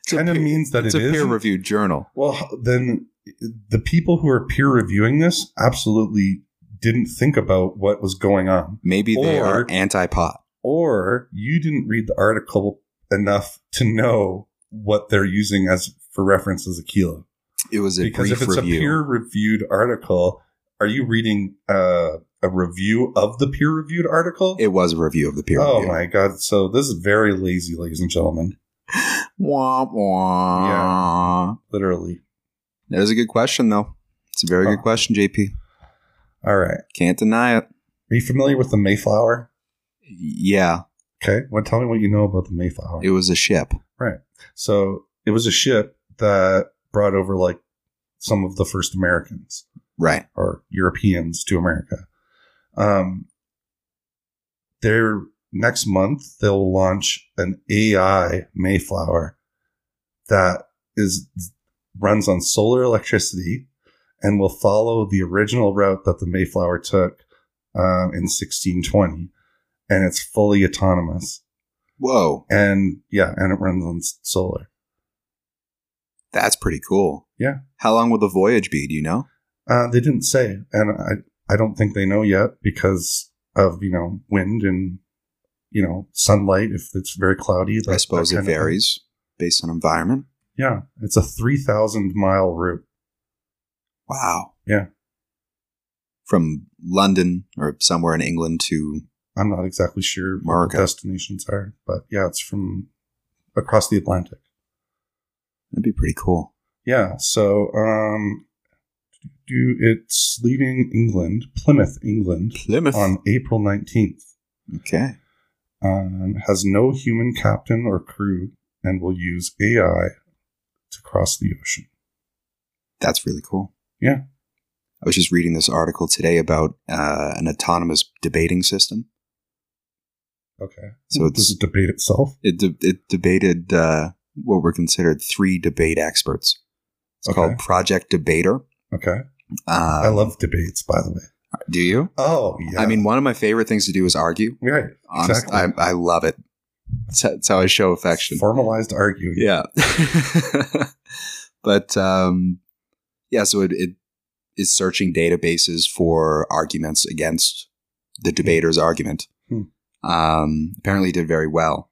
Speaker 1: Kind of means that it's
Speaker 2: it's a peer reviewed journal.
Speaker 1: well, h- then the people who are peer reviewing this absolutely didn't think about what was going on,
Speaker 2: Maybe they
Speaker 1: Or-
Speaker 2: are anti pot.
Speaker 1: or you didn't read the article enough to know what they're using as for reference as a kilo.
Speaker 2: It was a
Speaker 1: because
Speaker 2: brief
Speaker 1: if it's
Speaker 2: review.
Speaker 1: a peer-reviewed article, are you reading uh, a review of the peer-reviewed article?
Speaker 2: it was a review of the peer
Speaker 1: oh
Speaker 2: review.
Speaker 1: my god! So this is very lazy, ladies and gentlemen.
Speaker 2: Wah, wah.
Speaker 1: Literally.
Speaker 2: That was a good question, though. It's a very
Speaker 1: Huh.
Speaker 2: good question, JP.
Speaker 1: All right.
Speaker 2: Can't deny it.
Speaker 1: Are you familiar with the Mayflower?
Speaker 2: Yeah,
Speaker 1: Okay. Well, tell me what you know about the Mayflower.
Speaker 2: it was a ship.
Speaker 1: so it was a ship that brought over like some of the first Americans.
Speaker 2: Right.
Speaker 1: or Europeans to America. Um, they're next month they'll launch an AI Mayflower that is runs on solar electricity and will follow the original route that the Mayflower took um, in 1620, and it's fully autonomous.
Speaker 2: Whoa,
Speaker 1: And yeah, and it runs on s- solar.
Speaker 2: that's pretty cool.
Speaker 1: Yeah.
Speaker 2: How long will the voyage be? Do you know?
Speaker 1: Uh, they didn't say, and I I don't think they know yet because of you know wind and you know sunlight. If it's very cloudy, that-
Speaker 2: I suppose
Speaker 1: that
Speaker 2: it
Speaker 1: kind of thing.
Speaker 2: varies based on environment.
Speaker 1: Yeah, it's a three thousand mile route.
Speaker 2: Wow.
Speaker 1: Yeah.
Speaker 2: From London or somewhere in England to
Speaker 1: I'm not exactly sure what
Speaker 2: America.
Speaker 1: the destinations are, but yeah, it's from across the Atlantic.
Speaker 2: that'd be pretty cool.
Speaker 1: Yeah, so um, do it's leaving England, Plymouth, England,
Speaker 2: Plymouth.
Speaker 1: on April nineteenth.
Speaker 2: okay.
Speaker 1: um, has no human captain or crew and will use AI to cross the ocean.
Speaker 2: That's really cool.
Speaker 1: Yeah.
Speaker 2: I was just reading this article today about uh, an autonomous debating system.
Speaker 1: Okay.
Speaker 2: So
Speaker 1: So Hmm, does
Speaker 2: it's-
Speaker 1: it debate itself?
Speaker 2: It, de- it debated uh, what were considered three debate experts. It's
Speaker 1: Okay.
Speaker 2: called Project Debater.
Speaker 1: Okay.
Speaker 2: Um,
Speaker 1: I love debates, by the way.
Speaker 2: Do you?
Speaker 1: Oh, yeah.
Speaker 2: I mean, one of my favorite things to do is argue.
Speaker 1: right.
Speaker 2: Honestly,
Speaker 1: Exactly.
Speaker 2: I, I love it. That's how- that's how I show affection.
Speaker 1: Formalized arguing.
Speaker 2: Yeah. but um, yeah, so it, it is searching databases for arguments against the debater's argument.
Speaker 1: Hmm.
Speaker 2: Um, apparently, it did very well.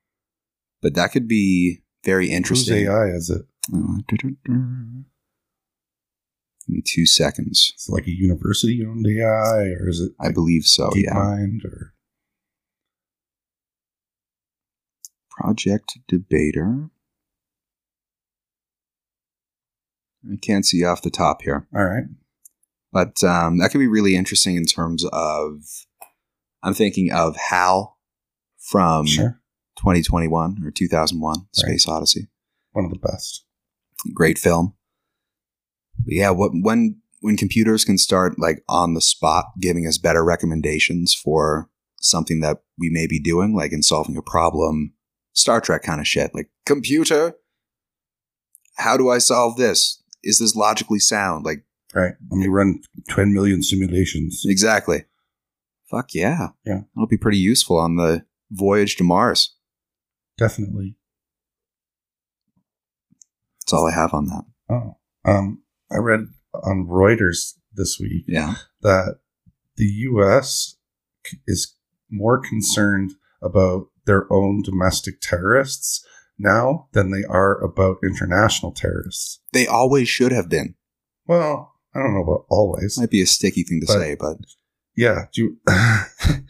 Speaker 2: But that could be very
Speaker 1: Whose
Speaker 2: interesting.
Speaker 1: AI is it?
Speaker 2: Uh, Give me two seconds.
Speaker 1: Is it like a university owned AI or is it
Speaker 2: I believe so. Oh, yeah.
Speaker 1: DeepMind or
Speaker 2: Project Debater. I can't see off the top here.
Speaker 1: all right.
Speaker 2: But um, that could be really interesting in terms of. I'm thinking of Hal from
Speaker 1: sure.
Speaker 2: 2021 or 2001 Space Odyssey.
Speaker 1: One of the best.
Speaker 2: Great film. But yeah, what when when computers can start like on the spot giving us better recommendations for something that we may be doing, like in solving a problem, Star Trek kind of shit. Like, computer, how do I solve this? Is this logically sound? Like,
Speaker 1: Right. Let me run 10 million simulations.
Speaker 2: exactly. Fuck yeah.
Speaker 1: Yeah.
Speaker 2: It'll be pretty useful on the voyage to Mars.
Speaker 1: Definitely.
Speaker 2: That's all I have on that.
Speaker 1: Oh. Um, I read on Reuters this week
Speaker 2: Yeah.
Speaker 1: that the U.S. c- is more concerned about their own domestic terrorists now than they are about international terrorists.
Speaker 2: They always should have been.
Speaker 1: Well, I don't know about always.
Speaker 2: Might be a sticky thing to
Speaker 1: But-
Speaker 2: say, but
Speaker 1: yeah do you-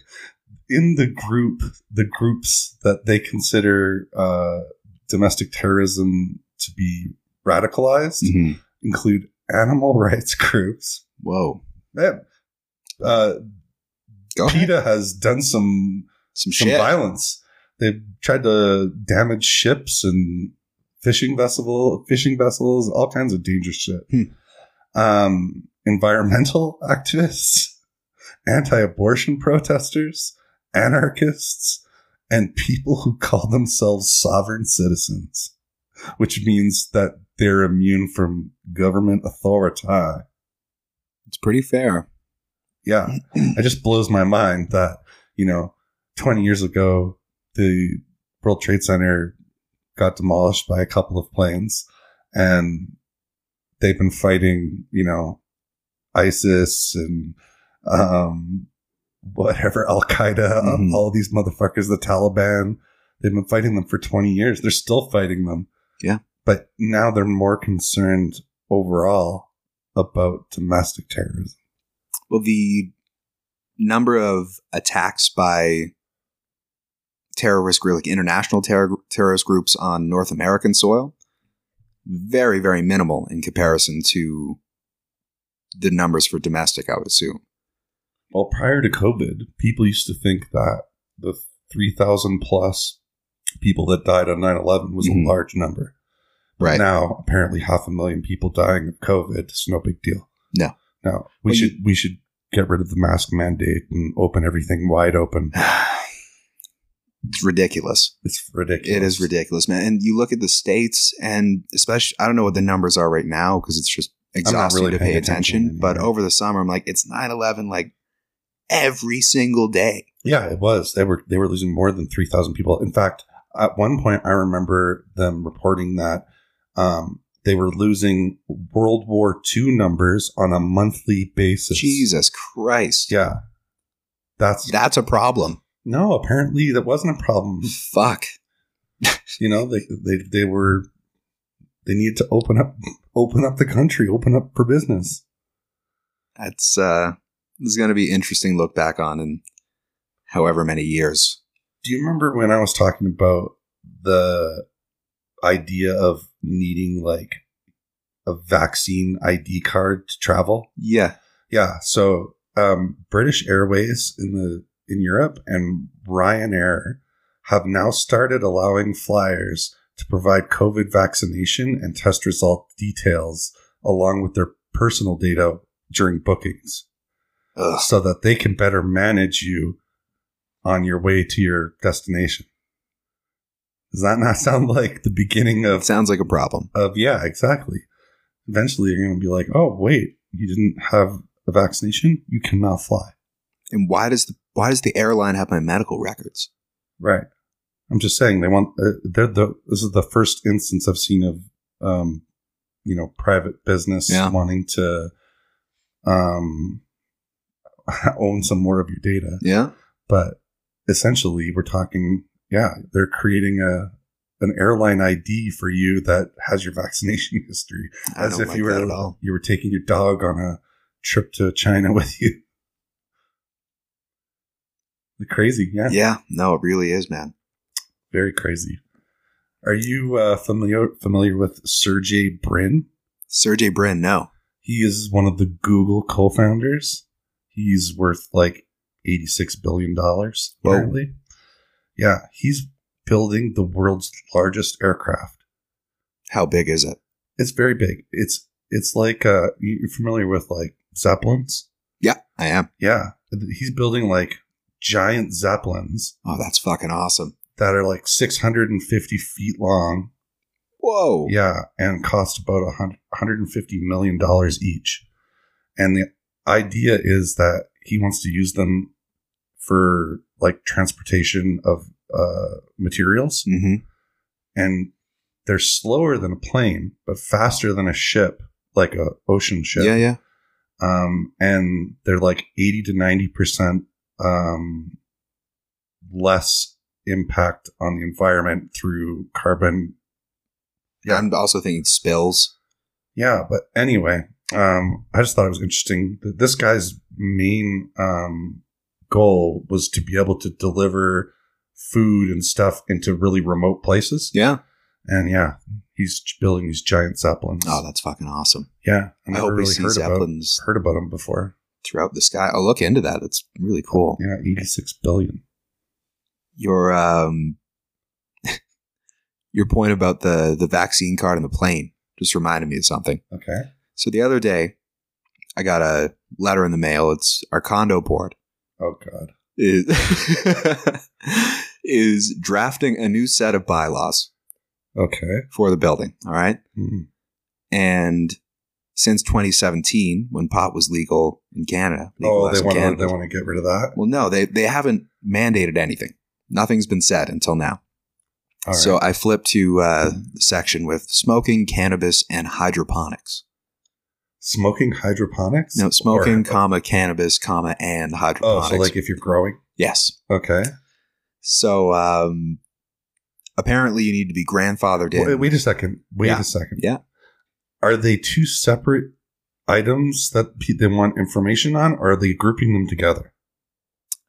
Speaker 1: in the group the groups that they consider uh, domestic terrorism to be radicalized
Speaker 2: Mhm.
Speaker 1: include animal rights groups
Speaker 2: whoa.
Speaker 1: man uh,
Speaker 2: Go ahead.
Speaker 1: PETA has done some
Speaker 2: Some
Speaker 1: some
Speaker 2: shit.
Speaker 1: violence they've tried to damage ships and fishing vessel fishing vessels all kinds of dangerous shit
Speaker 2: Hmm.
Speaker 1: um, environmental activists, anti abortion protesters, anarchists, and people who call themselves sovereign citizens, which means that they're immune from government authority.
Speaker 2: It's pretty fair.
Speaker 1: Yeah. It just blows my mind that, you know, 20 years ago, the World Trade Center got demolished by a couple of planes and they've been fighting, you know, ISIS and, um, whatever, Al Qaeda,
Speaker 2: Mhm.
Speaker 1: all these motherfuckers, the Taliban. They've been fighting them for 20 years. They're still fighting them.
Speaker 2: Yeah.
Speaker 1: But now they're more concerned overall about domestic terrorism.
Speaker 2: Well, the number of attacks by terrorist group, like international terror, terrorist groups on North American soil, very, very minimal in comparison to the numbers for domestic, I would assume.
Speaker 1: Well, prior to COVID, people used to think that the 3,000 plus people that died on 9 11 was
Speaker 2: Mhm.
Speaker 1: a large number.
Speaker 2: Right.
Speaker 1: Now, apparently, half a million people dying of COVID is no big deal.
Speaker 2: No.
Speaker 1: No. We
Speaker 2: Well, you-
Speaker 1: should we should get rid of the mask mandate and open everything wide open.
Speaker 2: it's ridiculous.
Speaker 1: It's ridiculous.
Speaker 2: It is ridiculous, man. And you look at the states, and especially, I don't know what the numbers are right now because it's just exhausting
Speaker 1: really
Speaker 2: to pay
Speaker 1: paying
Speaker 2: attention.
Speaker 1: attention
Speaker 2: but
Speaker 1: anymore.
Speaker 2: over the summer, I'm like, it's 9 11, like every single day.
Speaker 1: Yeah, it was. They were they were losing more than three thousand people. In fact, at one point, I remember them reporting that um, they were losing World War II numbers on a monthly basis.
Speaker 2: Jesus Christ.
Speaker 1: Yeah, that's
Speaker 2: That's a problem.
Speaker 1: no. Apparently, that wasn't a problem.
Speaker 2: Fuck.
Speaker 1: You know, they they they were they needed to open up open up the country, open up for business.
Speaker 2: That's, uh, this is going to be interesting look back on in however many years.
Speaker 1: Do you remember when I was talking about the idea of needing like a vaccine ID card to travel?
Speaker 2: Yeah.
Speaker 1: Yeah. So um, British Airways in the in Europe and Ryanair have now started allowing flyers to provide COVID vaccination and test result details along with their personal data during bookings,
Speaker 2: Ugh.
Speaker 1: so that they can better manage you on your way to your destination. Does that not sound like the beginning of
Speaker 2: Sounds like a problem.
Speaker 1: of yeah, exactly. Eventually, you're going to be like, oh wait, you didn't have a vaccination, you cannot fly.
Speaker 2: And why does the, why does the airline have my medical records?
Speaker 1: Right. I'm just saying they want. Uh, they're the. This is the first instance I've seen of, um, you know, private business
Speaker 2: Yeah.
Speaker 1: wanting to, um, own some more of your data.
Speaker 2: Yeah.
Speaker 1: But essentially, we're talking. Yeah, they're creating a an airline ID for you that has your vaccination history.
Speaker 2: I
Speaker 1: as
Speaker 2: don't
Speaker 1: if
Speaker 2: like
Speaker 1: you
Speaker 2: that
Speaker 1: were
Speaker 2: at all.
Speaker 1: you were taking your dog on a trip to China with you. Crazy, yeah,
Speaker 2: Yeah. No, it really is, man.
Speaker 1: very crazy. Are you uh, familiar familiar with Sergey Brin?
Speaker 2: Sergey Brin, no.
Speaker 1: He is one of the Google co-founders. He's worth like eighty six billion dollars.
Speaker 2: Whoa.
Speaker 1: Apparently, yeah, he's building the world's largest aircraft.
Speaker 2: How big is it?
Speaker 1: It's very big. It's It's like uh, you're familiar with like zeppelins.
Speaker 2: Yeah, I am.
Speaker 1: Yeah, he's building like giant zeppelins
Speaker 2: Oh, that's fucking awesome.
Speaker 1: that are like 650 feet long.
Speaker 2: Whoa.
Speaker 1: Yeah, and cost about a hun- 150 million dollars each. And the idea is that he wants to use them for like transportation of uh, materials,
Speaker 2: hmm
Speaker 1: and they're slower than a plane, but faster than a ship, like a ocean ship.
Speaker 2: Yeah, yeah.
Speaker 1: um, and they're like 80 to 90 percent um, less impact on the environment through carbon. Yeah.
Speaker 2: I'm also thinking spills.
Speaker 1: Yeah, but anyway, um, I just thought it was interesting that this guy's main um, goal was to be able to deliver food and stuff into really remote places.
Speaker 2: Yeah.
Speaker 1: And yeah, he's building these giant zeppelins.
Speaker 2: Oh, that's fucking awesome.
Speaker 1: yeah, I
Speaker 2: I
Speaker 1: never
Speaker 2: hope we
Speaker 1: really
Speaker 2: see
Speaker 1: heard about
Speaker 2: zeppelins
Speaker 1: heard about him before.
Speaker 2: throughout the sky. I'll look into that. That's really cool.
Speaker 1: Yeah, 86 billion.
Speaker 2: Your um, your point about the the vaccine card on the plane just reminded me of something.
Speaker 1: Okay.
Speaker 2: So the other day, I got a letter in the mail. It's our condo board
Speaker 1: Oh God.
Speaker 2: is is drafting a new set of bylaws
Speaker 1: Okay.
Speaker 2: for the building. All right.
Speaker 1: Hmm.
Speaker 2: and since 2017, when pot was legal in Canada,
Speaker 1: Oh,
Speaker 2: legalized
Speaker 1: they
Speaker 2: in
Speaker 1: want to
Speaker 2: Canada-
Speaker 1: they want to get rid of that.
Speaker 2: Well, no, they they haven't mandated anything. Nothing's been said until now.
Speaker 1: All right.
Speaker 2: So I flipped to uh, the section with smoking, cannabis, and hydroponics.
Speaker 1: smoking hydroponics.
Speaker 2: No, smoking,
Speaker 1: Or-
Speaker 2: comma, cannabis, comma, and
Speaker 1: oh,
Speaker 2: hydroponics.
Speaker 1: so like if you're growing.
Speaker 2: yes.
Speaker 1: Okay.
Speaker 2: So um, apparently, you need to be grandfathered in.
Speaker 1: Wait, wait a second. Wait
Speaker 2: Yeah.
Speaker 1: a second.
Speaker 2: Yeah.
Speaker 1: Are they two separate items that pe- they want information on, or are they grouping them together?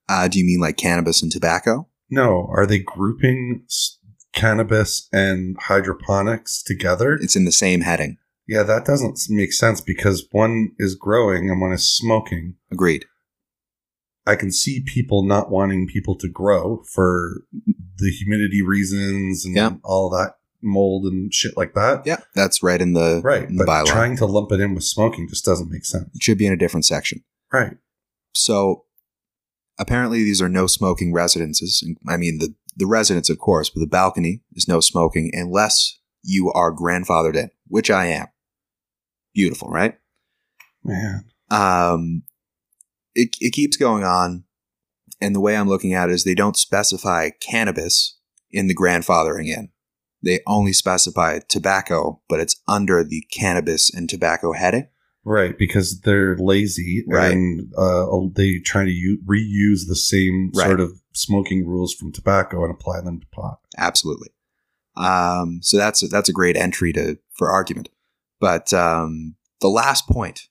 Speaker 2: uh, do you mean like cannabis and tobacco?
Speaker 1: No. Are they grouping s- cannabis and hydroponics together?
Speaker 2: It's in the same heading.
Speaker 1: yeah, that doesn't s- make sense because one is growing and one is smoking.
Speaker 2: Agreed.
Speaker 1: I can see people not wanting people to grow for the humidity reasons and
Speaker 2: Yeah.
Speaker 1: all that mold and shit like that.
Speaker 2: Yeah, that's right in the
Speaker 1: Right.
Speaker 2: in the
Speaker 1: But
Speaker 2: bylaw.
Speaker 1: trying to lump it in with smoking just doesn't make sense.
Speaker 2: it should be in a different section.
Speaker 1: Right.
Speaker 2: So apparently these are no smoking residences. And, I mean the the residence, of course, but the balcony is no smoking unless you are grandfathered in, which I am. Beautiful, right?
Speaker 1: Man.
Speaker 2: Um, it it keeps going on, and the way I'm looking at it is they don't specify cannabis in the grandfathering in. They only specify tobacco, but it's under the cannabis and tobacco heading.
Speaker 1: Right. Because they're lazy
Speaker 2: Right.
Speaker 1: and uh, they try to u- reuse the same
Speaker 2: Right.
Speaker 1: sort of smoking rules from tobacco and apply them to pot.
Speaker 2: absolutely. Um, so that's that's a great entry to for argument. But um, the last point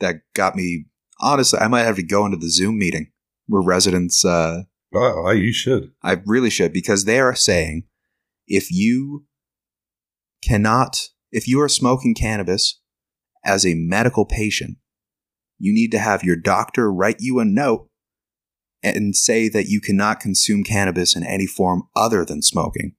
Speaker 2: that got me honestly, I might have to go into the Zoom meeting where residents. Uh,
Speaker 1: Oh, I- you should.
Speaker 2: I really should because they are saying if you cannot, if you are smoking cannabis as a medical patient, you need to have your doctor write you a note and say that you cannot consume cannabis in any form other than smoking.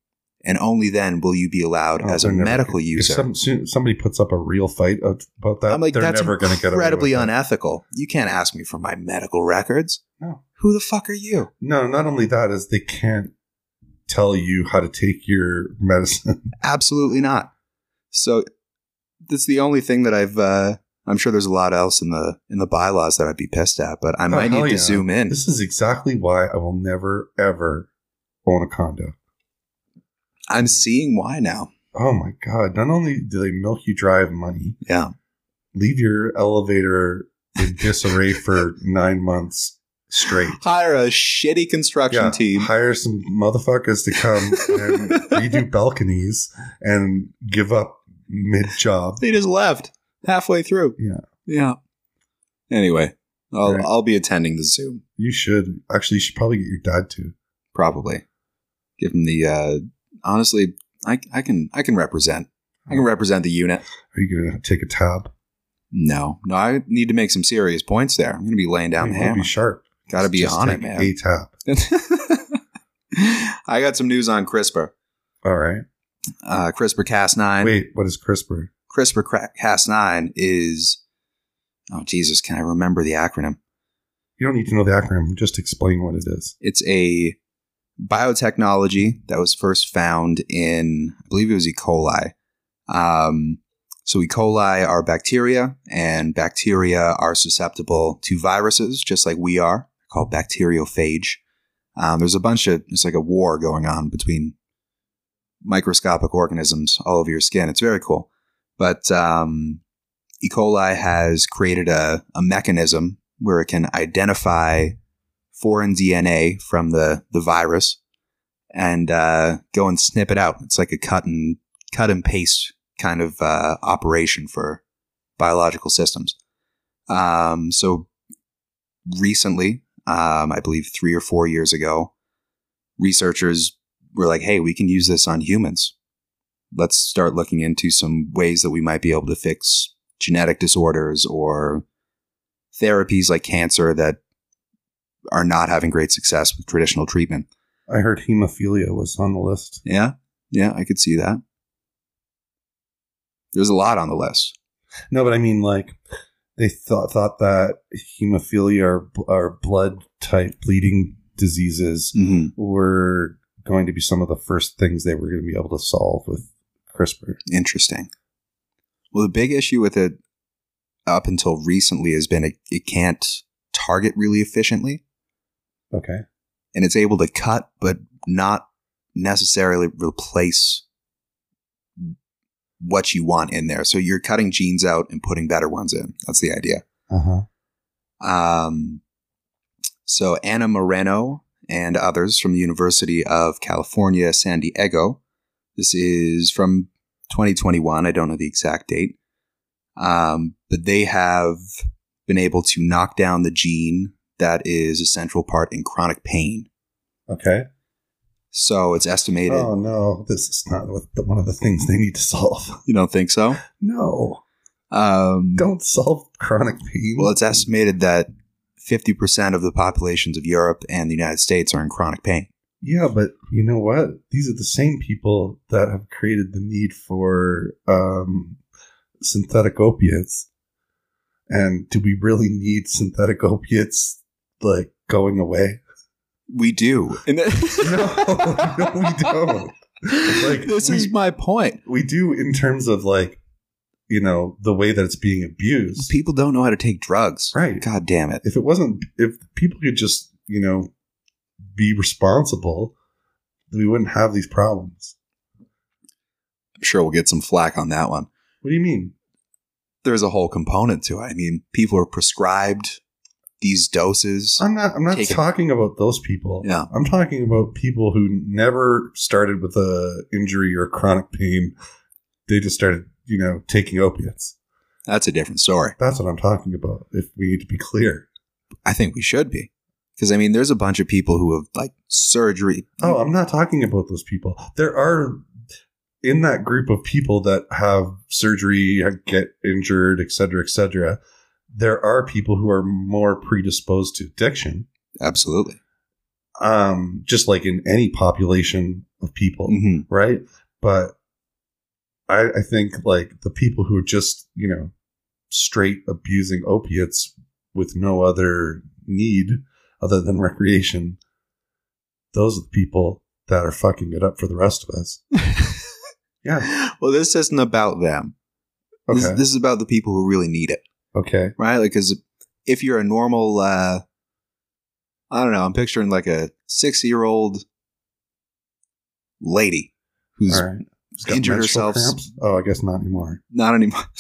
Speaker 2: And only then will you be allowed
Speaker 1: Oh,
Speaker 2: as a
Speaker 1: they're never-
Speaker 2: medical
Speaker 1: If
Speaker 2: user.
Speaker 1: some, soon- somebody puts up a real fight of- about that,
Speaker 2: I'm like,
Speaker 1: they're
Speaker 2: that's
Speaker 1: never going to get away
Speaker 2: incredibly
Speaker 1: with it.
Speaker 2: unethical. You can't ask me for my medical records.
Speaker 1: No.
Speaker 2: Who the fuck are you?
Speaker 1: No, not only that is they can't tell you how to take your medicine.
Speaker 2: Absolutely not. So that's the only thing that I've. Uh, I'm sure there's a lot else in the in the bylaws that I'd be pissed at, but I might
Speaker 1: Oh, hell
Speaker 2: need to
Speaker 1: yeah.
Speaker 2: zoom in.
Speaker 1: this is exactly why I will never ever own a condo.
Speaker 2: I'm seeing why now.
Speaker 1: Oh my god! Not only do they milk you dry of money,
Speaker 2: Yeah,
Speaker 1: leave your elevator in disarray for nine months straight.
Speaker 2: hire a shitty construction
Speaker 1: Yeah,
Speaker 2: team.
Speaker 1: hire some motherfuckers to come and redo balconies and give up mid job.
Speaker 2: they just left halfway through.
Speaker 1: Yeah.
Speaker 2: yeah. Anyway, I'll
Speaker 1: Right.
Speaker 2: I'll be attending the Zoom
Speaker 1: You should actually. You should probably get your dad to.
Speaker 2: probably. Give them the. Uh, honestly, I I can I can represent. I can represent the unit.
Speaker 1: Are you going to take a tab?
Speaker 2: No, no, I need to make some serious points there. I'm going to be laying down
Speaker 1: You
Speaker 2: the
Speaker 1: wanna
Speaker 2: hammer.
Speaker 1: Be sharp.
Speaker 2: Got to be
Speaker 1: Just
Speaker 2: on it,
Speaker 1: take
Speaker 2: man.
Speaker 1: A tab.
Speaker 2: I got some news on CRISPR.
Speaker 1: All right.
Speaker 2: Uh, CRISPR Cas9.
Speaker 1: Wait, what is CRISPR?
Speaker 2: CRISPR Cas9 is oh Jesus, can I remember the acronym?
Speaker 1: You don't need to know the acronym. Just explain what it is.
Speaker 2: It's a biotechnology that was first found in, I believe it was E. coli. Um, so, E. coli are bacteria, and bacteria are susceptible to viruses, just like we are, They're called bacteriophage. Um, there's a bunch of, it's like a war going on between microscopic organisms all over your skin. It's very cool. But um, E. coli has created a, a mechanism where it can identify foreign DNA from the the virus and uh, go and snip it out. It's like a cut and cut and paste kind of uh, operation for biological systems. Um, so recently, um, I believe three or four years ago, researchers were like, "Hey, we can use this on humans. Let's start looking into some ways that we might be able to fix genetic disorders or." Therapies like cancer that are not having great success with traditional treatment.
Speaker 1: I heard hemophilia was on the list.
Speaker 2: Yeah. Yeah, I could see that. There's a lot on the list.
Speaker 1: No, but I mean, like, they thought, thought that hemophilia or, or blood type bleeding diseases
Speaker 2: Mm-hmm.
Speaker 1: were going to be some of the first things they were going to be able to solve with CRISPR.
Speaker 2: Interesting. Well, the big issue with it up until recently has been it, it can't target really efficiently
Speaker 1: Okay.
Speaker 2: and it's able to cut but not necessarily replace what you want in there. So you're cutting genes out and putting better ones in. That's the idea.
Speaker 1: Uh huh.
Speaker 2: Um, so Anna Moreno and others from the University of California, San Diego. This is from 2021. I don't know the exact date. Um, but they have been able to knock down the gene that is a central part in chronic pain.
Speaker 1: Okay.
Speaker 2: So it's estimated.
Speaker 1: Oh no, this is not what the, one of the things they need to solve.
Speaker 2: You don't think so?
Speaker 1: No,
Speaker 2: Um,
Speaker 1: don't solve chronic pain.
Speaker 2: well, it's estimated that 50% of the populations of Europe and the United States are in chronic pain.
Speaker 1: Yeah, but you know what? These are the same people that have created the need for um, synthetic opiates. And do we really need synthetic opiates like going away?
Speaker 2: We do. And
Speaker 1: No,
Speaker 2: that-
Speaker 1: no, we don't. Like,
Speaker 2: this is
Speaker 1: we-
Speaker 2: my point.
Speaker 1: We do in terms of like, you know, the way that it's being abused.
Speaker 2: People don't know how to take drugs.
Speaker 1: Right.
Speaker 2: God damn it.
Speaker 1: if it wasn't if people could just you know be responsible we wouldn't have these problems
Speaker 2: I'm sure we'll get some flack on that one.
Speaker 1: what do you mean
Speaker 2: There's a whole component to it. I mean, people are prescribed these doses.
Speaker 1: i'm not i'm not
Speaker 2: Take it.
Speaker 1: talking about those people
Speaker 2: Yeah.
Speaker 1: i'm talking about people who never started with a injury or chronic pain they just started you know taking opiates
Speaker 2: That's a different story.
Speaker 1: that's what i'm talking about if we need to be clear
Speaker 2: I think we should be. Because, I mean, there's a bunch of people who have, like, surgery.
Speaker 1: oh i'm not talking about those people there are in that group of people that have surgery get injured et cetera et cetera there are people who are more predisposed to addiction
Speaker 2: Absolutely.
Speaker 1: um just like in any population of people
Speaker 2: hmm
Speaker 1: right but i i think like the people who are just you know straight abusing opiates with no other need other than recreation those are the people that are fucking it up for the rest of us yeah
Speaker 2: Well, this isn't about them.
Speaker 1: okay
Speaker 2: This, this is about the people who really need it.
Speaker 1: okay
Speaker 2: right? Like, because if you're a normal, uh, I don't know, I'm picturing like a 60 year old lady who's
Speaker 1: all right She's got
Speaker 2: injured
Speaker 1: menstrual
Speaker 2: herself.
Speaker 1: cramps? oh i guess not anymore
Speaker 2: not anymore.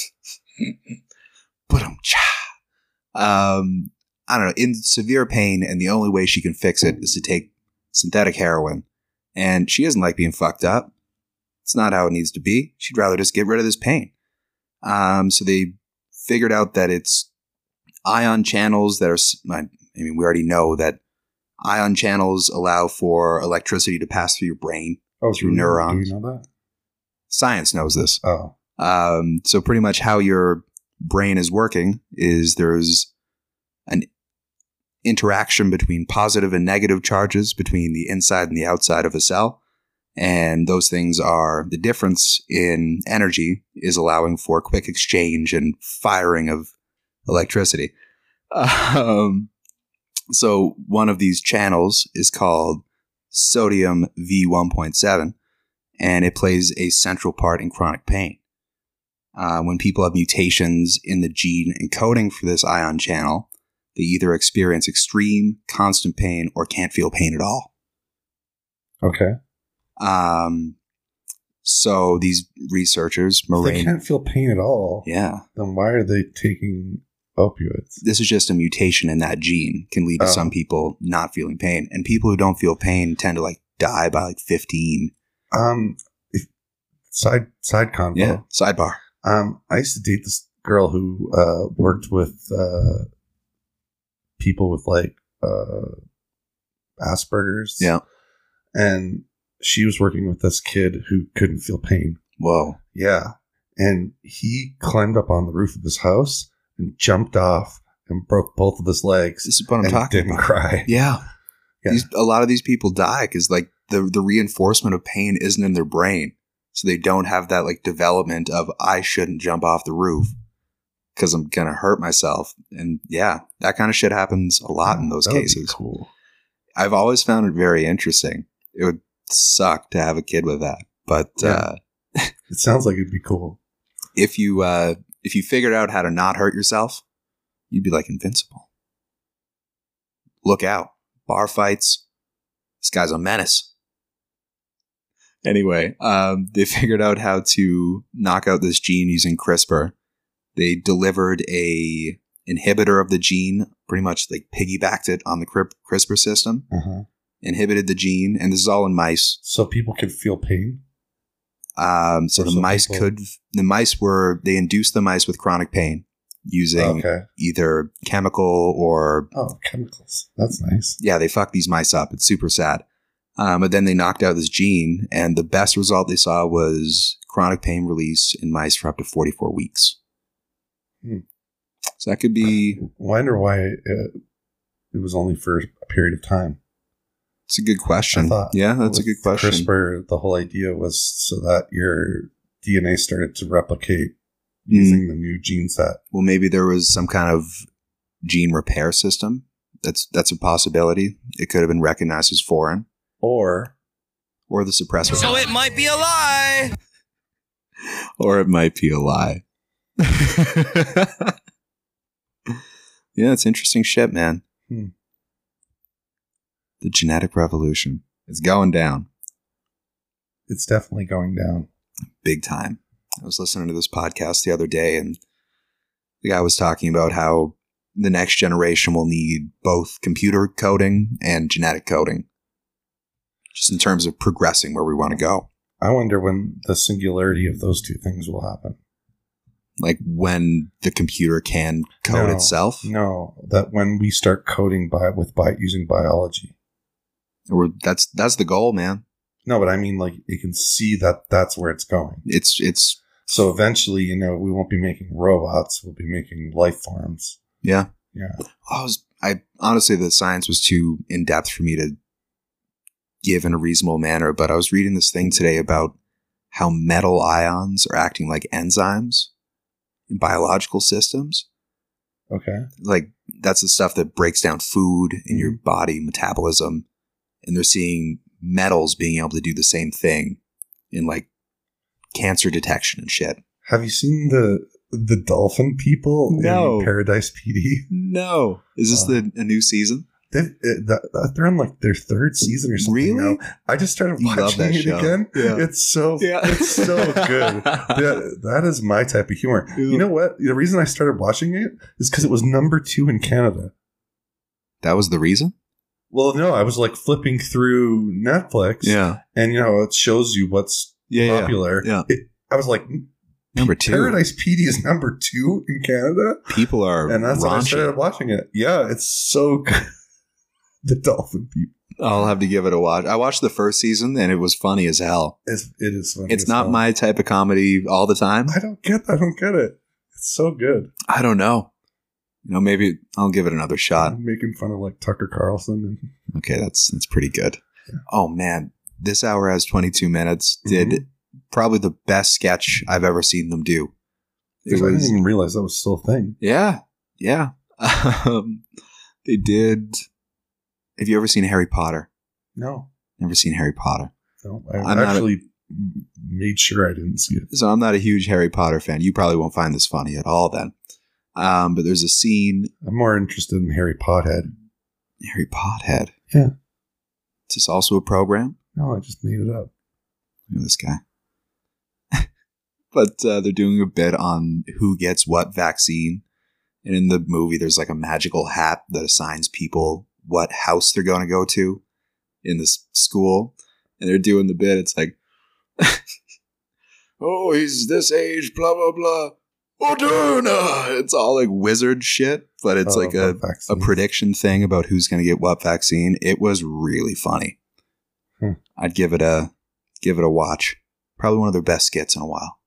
Speaker 2: But um, um, I don't know, in severe pain, and the only way she can fix it is to take synthetic heroin. And she doesn't like being fucked up. It's not how it needs to be. She'd rather just get rid of this pain. Um, so they figured out that it's ion channels that are. s- I I mean, we already know that ion channels allow for electricity to pass through your brain.
Speaker 1: oh
Speaker 2: Through
Speaker 1: do we-
Speaker 2: neurons.
Speaker 1: do you know that
Speaker 2: Science knows this.
Speaker 1: oh
Speaker 2: Um, so pretty much how your brain is working is there's an interaction between positive and negative charges between the inside and the outside of a cell, And those things are the difference in energy is allowing for quick exchange and firing of electricity. Um, so one of these channels is called sodium V1.7, and it plays a central part in chronic pain. Uh, when people have mutations in the gene encoding for this ion channel, they either experience extreme, constant pain, or can't feel pain at all.
Speaker 1: Okay.
Speaker 2: Um, so these researchers,
Speaker 1: If they
Speaker 2: Moraine,
Speaker 1: can't feel pain at all,
Speaker 2: yeah,
Speaker 1: then why are they taking opioids?
Speaker 2: this is just a mutation in that gene can lead to
Speaker 1: Oh.
Speaker 2: some people not feeling pain, and people who don't feel pain tend to like die by like fifteen.
Speaker 1: Um, if- side side convo.
Speaker 2: Yeah, sidebar.
Speaker 1: Um, I used to date this girl who uh, worked with uh, people with like uh, Asperger's.
Speaker 2: Yeah.
Speaker 1: And she was working with this kid who couldn't feel pain.
Speaker 2: Whoa.
Speaker 1: Yeah. And he climbed up on the roof of his house and jumped off and broke both of his legs
Speaker 2: This is what I'm
Speaker 1: and
Speaker 2: talking
Speaker 1: didn't
Speaker 2: about.
Speaker 1: cry.
Speaker 2: Yeah.
Speaker 1: Yeah.
Speaker 2: These, a lot of these people die because like the, the reinforcement of pain isn't in their brain. So they don't have that like development of I shouldn't jump off the roof because I'm going to hurt myself. And yeah, that kind of shit happens a lot in those
Speaker 1: Oh, That would be
Speaker 2: cases.
Speaker 1: cool.
Speaker 2: I've always found it very interesting. It would suck to have a kid with that. But
Speaker 1: Yeah.
Speaker 2: uh,
Speaker 1: It sounds like it'd be cool.
Speaker 2: if you uh, if you figured out how to not hurt yourself, you'd be like invincible. Look out. Bar fights. This guy's a menace. Anyway, um, they figured out how to knock out this gene using CRISPR. They delivered a inhibitor of the gene, pretty much like piggybacked it on the cri- CRISPR system, inhibited the gene, and this is all in mice.
Speaker 1: So people can feel pain.
Speaker 2: Um, so
Speaker 1: Or
Speaker 2: the
Speaker 1: some
Speaker 2: mice
Speaker 1: people-
Speaker 2: could the mice were they induced the mice with chronic pain using
Speaker 1: Okay.
Speaker 2: either chemical or
Speaker 1: Oh, chemicals. That's nice.
Speaker 2: yeah they fucked these mice up. It's super sad. Um, but then they knocked out this gene, and the best result they saw was chronic pain release in mice for up to forty four weeks.
Speaker 1: Hmm.
Speaker 2: So that could be
Speaker 1: Wonder why uh, it was only for a period of time.
Speaker 2: it's a good question.
Speaker 1: I thought
Speaker 2: Yeah, that's a
Speaker 1: With
Speaker 2: good question.
Speaker 1: CRISPR, the whole idea was so that your DNA started to replicate using the new gene set.
Speaker 2: Hmm. Well, maybe there was some kind of gene repair system. That's that's a possibility. It could have been recognized as foreign.
Speaker 1: Or
Speaker 2: or the suppressor.
Speaker 3: So it might be a lie.
Speaker 2: or it might be a lie. yeah, it's interesting shit, man.
Speaker 1: Hmm.
Speaker 2: The genetic revolution. It's going down
Speaker 1: it's definitely going down.
Speaker 2: big time. I was listening to this podcast the other day, and the guy was talking about how the next generation will need both computer coding and genetic coding, just in terms of progressing where we want to go.
Speaker 1: I wonder when the singularity of those two things will happen.
Speaker 2: Like when the computer can code
Speaker 1: No.
Speaker 2: itself.
Speaker 1: No, that when we start coding by with by using biology.
Speaker 2: or that's that's the goal man
Speaker 1: No, but I mean like you can see that that's where it's going.
Speaker 2: it's it's
Speaker 1: So eventually, you know, we won't be making robots, we'll be making life forms.
Speaker 2: yeah
Speaker 1: Yeah.
Speaker 2: i was i honestly the science was too in-depth for me to give in a reasonable manner but i was reading this thing today about how metal ions are acting like enzymes in biological systems
Speaker 1: Okay.
Speaker 2: like that's the stuff that breaks down food in your body metabolism and they're seeing metals being able to do the same thing in like cancer detection and shit
Speaker 1: Have you seen the the dolphin people
Speaker 2: No.
Speaker 1: in Paradise PD?
Speaker 2: no is this
Speaker 1: Uh.
Speaker 2: the a new season
Speaker 1: They, uh, that, they're on like their third season or something. now.
Speaker 2: Really?
Speaker 1: I just started
Speaker 2: You love
Speaker 1: watching
Speaker 2: that
Speaker 1: it
Speaker 2: show.
Speaker 1: again.
Speaker 2: Yeah.
Speaker 1: It's so it's so good. That, that is my type of humor. You know what? The reason I started watching it is because it was number two in Canada.
Speaker 2: That was the reason?
Speaker 1: Well, no, I was like flipping through Netflix,
Speaker 2: Yeah.
Speaker 1: and you know it shows you what's
Speaker 2: Yeah.
Speaker 1: popular.
Speaker 2: yeah.
Speaker 1: It- I was like,
Speaker 2: Number two.
Speaker 1: Paradise PD is number two in Canada.
Speaker 2: People are
Speaker 1: and that's when I
Speaker 2: raunchy.
Speaker 1: started watching it. Yeah, it's so good. the dolphin people.
Speaker 2: I'll have to give it a watch. I watched the first season and it was funny as hell.
Speaker 1: It's, it is funny.
Speaker 2: It's
Speaker 1: as
Speaker 2: not
Speaker 1: hell.
Speaker 2: my type of comedy all the time.
Speaker 1: I don't get. I don't get it. It's so good.
Speaker 2: I don't know. You know, maybe I'll give it another shot. Mm-hmm.
Speaker 1: I'm making fun of like Tucker Carlson. And,
Speaker 2: Okay, that's that's pretty good. Oh man, This hour has 22 minutes. Did probably the best sketch I've ever seen them do. It
Speaker 1: Because I didn't
Speaker 2: was,
Speaker 1: even realize that was still a thing.
Speaker 2: yeah, yeah. Um, they did. Have you ever seen Harry Potter?
Speaker 1: No,
Speaker 2: Never seen Harry Potter.
Speaker 1: no, I
Speaker 2: I'm not a-
Speaker 1: actually m- made sure I didn't see it.
Speaker 2: So I'm not a huge Harry Potter fan. You probably won't find this funny at all then. Um, but there's a scene
Speaker 1: I'm more interested in Harry Pothead.
Speaker 2: Harry Pothead.
Speaker 1: Yeah.
Speaker 2: Is this also a program?
Speaker 1: No, I just made it up.
Speaker 2: Look at this guy. but uh, they're doing a bit on who gets what vaccine. And in the movie, there's like a magical hat that assigns people what house they're going to go to in this school. And they're doing the bit. It's like, oh, he's this age, blah, blah, blah. Moderna. It's all like wizard shit, but it's
Speaker 1: Oh,
Speaker 2: like a,
Speaker 1: about vaccines.
Speaker 2: a prediction thing about who's going to get what vaccine. It was really funny.
Speaker 1: Hmm.
Speaker 2: I'd give it a give it a watch. Probably one of their best skits in a while.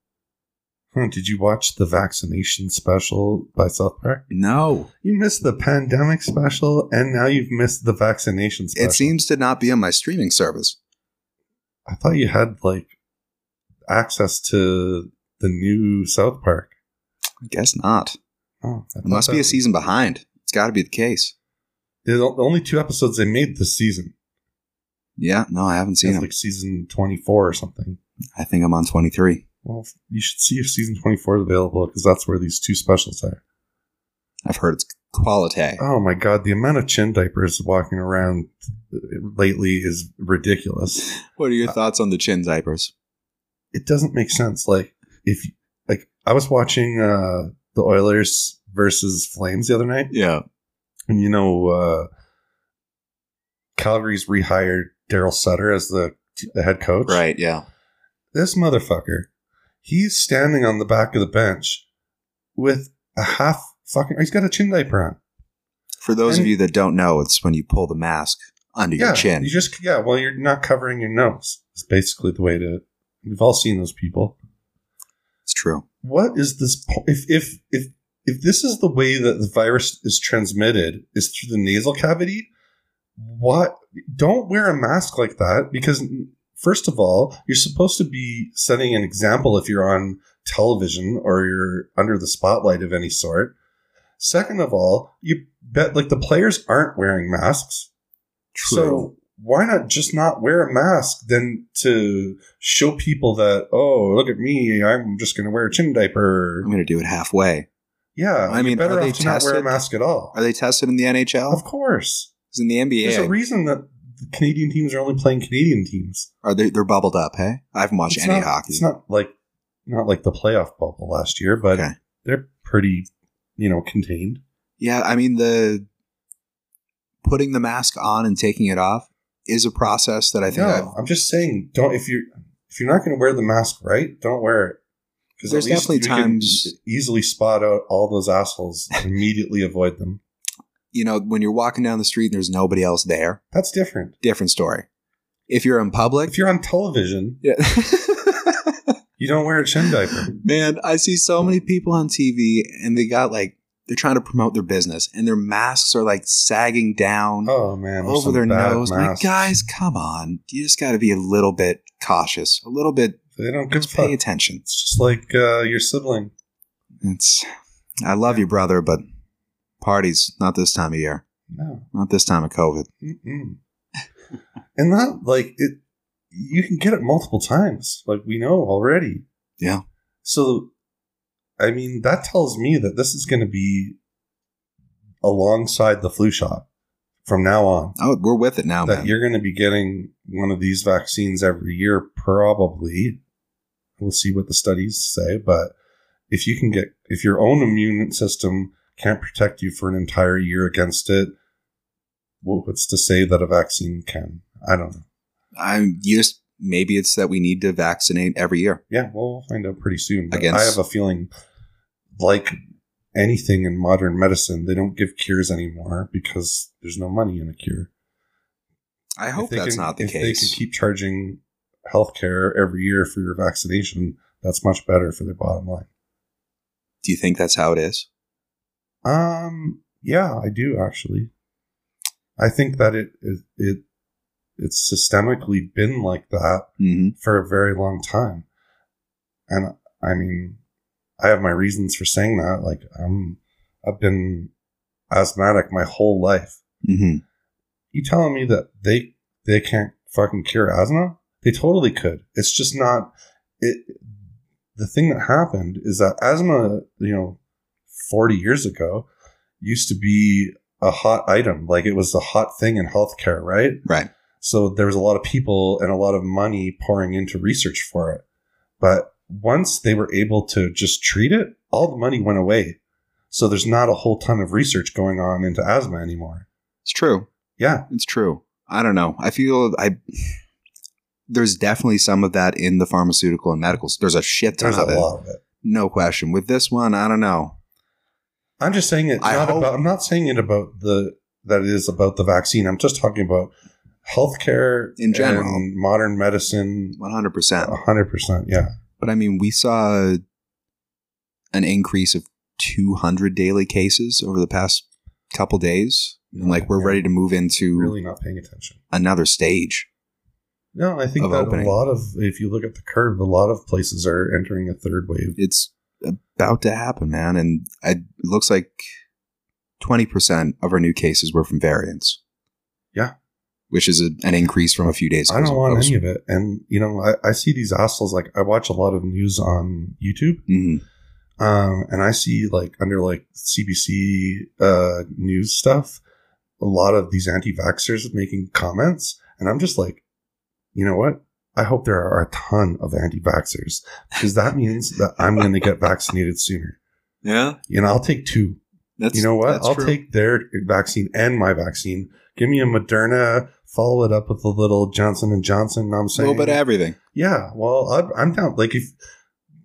Speaker 1: Hmm, Did you watch the vaccination special by South Park?
Speaker 2: No,
Speaker 1: You missed the pandemic special, and now you've missed the vaccination special.
Speaker 2: it seems to not be on my streaming service.
Speaker 1: I thought you had like access to the new South Park.
Speaker 2: I guess not.
Speaker 1: Oh, I
Speaker 2: It
Speaker 1: thought
Speaker 2: must be
Speaker 1: that-
Speaker 2: a season behind. It's got to be the case.
Speaker 1: There's o- only two episodes they made this season.
Speaker 2: Yeah, no, I haven't seen
Speaker 1: It's
Speaker 2: them.
Speaker 1: like season 24 or something.
Speaker 2: I think I'm on 23.
Speaker 1: Well, you should see if season 24 is available because that's where these two specials are.
Speaker 2: I've heard it's quality.
Speaker 1: Oh my god, the amount of chin diapers walking around lately is ridiculous.
Speaker 2: What are
Speaker 1: uh,
Speaker 2: your thoughts on the chin diapers?
Speaker 1: it doesn't make sense. Like if like I was watching uh the Oilers versus Flames the other night,
Speaker 2: Yeah.
Speaker 1: and you know uh Calgary's rehired Daryl Sutter as the, the head coach.
Speaker 2: Right. Yeah.
Speaker 1: This motherfucker, he's standing on the back of the bench with a half fucking. He's got a chin diaper on.
Speaker 2: For those of
Speaker 1: And-
Speaker 2: you that don't know, it's when you pull the mask under
Speaker 1: yeah,
Speaker 2: your chin.
Speaker 1: You just yeah. Well, you're not covering your nose. It's basically the way to. We've all seen those people.
Speaker 2: It's true.
Speaker 1: what is this po- if if if if this is the way that the virus is transmitted is through the nasal cavity what don't wear a mask like that because first of all you're supposed to be setting an example if you're on television or you're under the spotlight of any sort second of all you bet like the players aren't wearing masks so why not just not wear a mask than to show people that oh look at me I'm just going to wear a chin diaper?
Speaker 2: I'm going to do it halfway.
Speaker 1: Yeah,
Speaker 2: I
Speaker 1: you're
Speaker 2: mean,
Speaker 1: better
Speaker 2: are they
Speaker 1: off to not wear a
Speaker 2: tested?
Speaker 1: mask at all.
Speaker 2: Are they tested in the
Speaker 1: Of
Speaker 2: NHL?
Speaker 1: course,
Speaker 2: Because in the NBA,
Speaker 1: there's a reason that the Canadian teams are only playing Canadian teams.
Speaker 2: are they? They're bubbled up. Hey, I haven't watched
Speaker 1: It's
Speaker 2: any
Speaker 1: not,
Speaker 2: hockey.
Speaker 1: It's not like not like the playoff bubble last year, but
Speaker 2: Okay.
Speaker 1: they're pretty you know contained.
Speaker 2: yeah, I mean the putting the mask on and taking it off is a process that I think I've,
Speaker 1: no, I'm just saying, don't if you are if you're not going to wear the mask, right? Don't wear it. Because
Speaker 2: There's definitely times-
Speaker 1: e-, easily spot out all those assholes and immediately avoid them.
Speaker 2: you know when you're walking down the street and there's nobody else there.
Speaker 1: That's different.
Speaker 2: Different story. If you're in public,
Speaker 1: If you're on television,
Speaker 2: yeah.
Speaker 1: you don't wear a chin diaper.
Speaker 2: Man, I see so many people on TV and they got like they're trying to promote their business and their masks are like sagging down.
Speaker 1: Oh man, there's
Speaker 2: over
Speaker 1: some
Speaker 2: their
Speaker 1: bad
Speaker 2: nose.
Speaker 1: masks.
Speaker 2: Like, guys, come on. You just got to be a little bit cautious, a little bit,
Speaker 1: they don't give a
Speaker 2: just
Speaker 1: fuck.
Speaker 2: pay attention.
Speaker 1: It's just like uh, your sibling.
Speaker 2: It's, I love you, brother, but parties, not this time of year,
Speaker 1: No,
Speaker 2: not this time of COVID.
Speaker 1: Mm-mm. and that like it, you can get it multiple times. Like we know already.
Speaker 2: Yeah.
Speaker 1: So, I mean, that tells me that this is going to be alongside the flu shot from now on.
Speaker 2: Oh, we're with it now,
Speaker 1: that
Speaker 2: man.
Speaker 1: you're going to be getting one of these vaccines every year, probably. We'll see what the studies say, but if you can get if your own immune system can't protect you for an entire year against it, well, what's to say that a vaccine can? I don't know.
Speaker 2: I'm you just, maybe it's that we need to vaccinate every year.
Speaker 1: Yeah, well, we'll find out pretty soon. But
Speaker 2: Against-
Speaker 1: I have a feeling, like anything in modern medicine, they don't give cures anymore because there's no money in a cure.
Speaker 2: I
Speaker 1: If
Speaker 2: hope
Speaker 1: they
Speaker 2: that's
Speaker 1: can-
Speaker 2: not the
Speaker 1: if They can
Speaker 2: case.
Speaker 1: keep charging healthcare every year for your vaccination. That's much better for their bottom line.
Speaker 2: Do you think that's how it is?
Speaker 1: Um, yeah, I do actually. I think that it it, it it's systemically been like that
Speaker 2: hmm
Speaker 1: for a very long time. And I mean, I have my reasons for saying that. Like, I'm, I've been asthmatic my whole life.
Speaker 2: hmm
Speaker 1: You telling me that they they can't fucking cure asthma? They totally could. It's just not it. The thing that happened is that asthma, you know, 40 years ago, used to be a hot item. Like it was a hot thing in healthcare, right?
Speaker 2: Right.
Speaker 1: So there was a lot of people and a lot of money pouring into research for it. But once they were able to just treat it, all the money went away. So there's not a whole ton of research going on into asthma anymore.
Speaker 2: It's true.
Speaker 1: Yeah.
Speaker 2: It's true. I don't know. I feel I there's definitely some of that in the pharmaceutical and medical. There's a shit ton
Speaker 1: There's a
Speaker 2: of it.
Speaker 1: lot of it.
Speaker 2: No question. With this one, I don't know.
Speaker 1: I'm just saying it
Speaker 2: I
Speaker 1: not
Speaker 2: hope-
Speaker 1: about I'm not saying it about the that it is about the vaccine. I'm just talking about healthcare
Speaker 2: In general.
Speaker 1: and modern medicine
Speaker 2: 100%.
Speaker 1: hundred percent. Yeah.
Speaker 2: But I mean, we saw an increase of 200 daily cases over the past couple days. And like we're
Speaker 1: Yeah.
Speaker 2: ready to move into
Speaker 1: Really not paying attention.
Speaker 2: another stage.
Speaker 1: No, I think
Speaker 2: of
Speaker 1: that
Speaker 2: opening.
Speaker 1: a lot of if you look at the curve, a lot of places are entering a third wave.
Speaker 2: It's about to happen, man. And I, it looks like 20% of our new cases were from variants.
Speaker 1: Yeah.
Speaker 2: Which is a, an increase from a few days ago.
Speaker 1: I don't want
Speaker 2: was-
Speaker 1: any of it. And you know, I, I see these assholes like I watch a lot of news on YouTube,
Speaker 2: Mhm.
Speaker 1: um, and I see like under like CBC uh, news stuff, a lot of these anti-vaxxers making comments, and I'm just like, you know what? I hope there are a ton of anti-vaxxers because that means that I'm going to get vaccinated sooner.
Speaker 2: Yeah.
Speaker 1: You know, I'll take two.
Speaker 2: That's,
Speaker 1: you know what?
Speaker 2: that's
Speaker 1: I'll
Speaker 2: true.
Speaker 1: take their vaccine and my vaccine. Give me a Moderna. Follow it up with a little Johnson and Johnson. know what I'm
Speaker 2: a
Speaker 1: saying,
Speaker 2: little bit of everything.
Speaker 1: yeah. Well, I'd, I'm down. Like if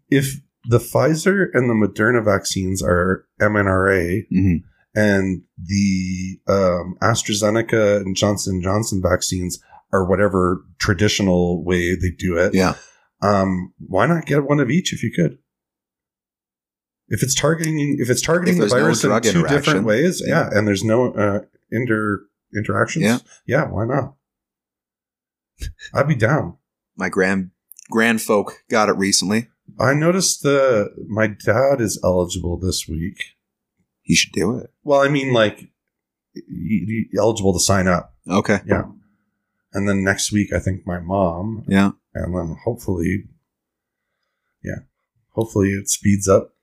Speaker 1: if the Pfizer and the Moderna vaccines are mRNA,
Speaker 2: hmm
Speaker 1: and the um, AstraZeneca and Johnson Johnson vaccines are whatever traditional way they do it.
Speaker 2: Yeah.
Speaker 1: Um, why not get one of each if you could? If it's targeting, if it's targeting
Speaker 2: If
Speaker 1: the
Speaker 2: there's no
Speaker 1: virus in
Speaker 2: drug
Speaker 1: two
Speaker 2: interaction.
Speaker 1: different ways, yeah,
Speaker 2: Yeah.
Speaker 1: and there's no uh, inter interactions,
Speaker 2: Yeah.
Speaker 1: yeah, why not? I'd be down.
Speaker 2: My grand grand folk got it recently.
Speaker 1: I noticed the my dad is eligible this week.
Speaker 2: You should do it.
Speaker 1: Well, I mean, like he- he- eligible to sign up,
Speaker 2: Okay.
Speaker 1: yeah. And then next week, I think my mom,
Speaker 2: Yeah.
Speaker 1: and then hopefully, yeah, hopefully it speeds up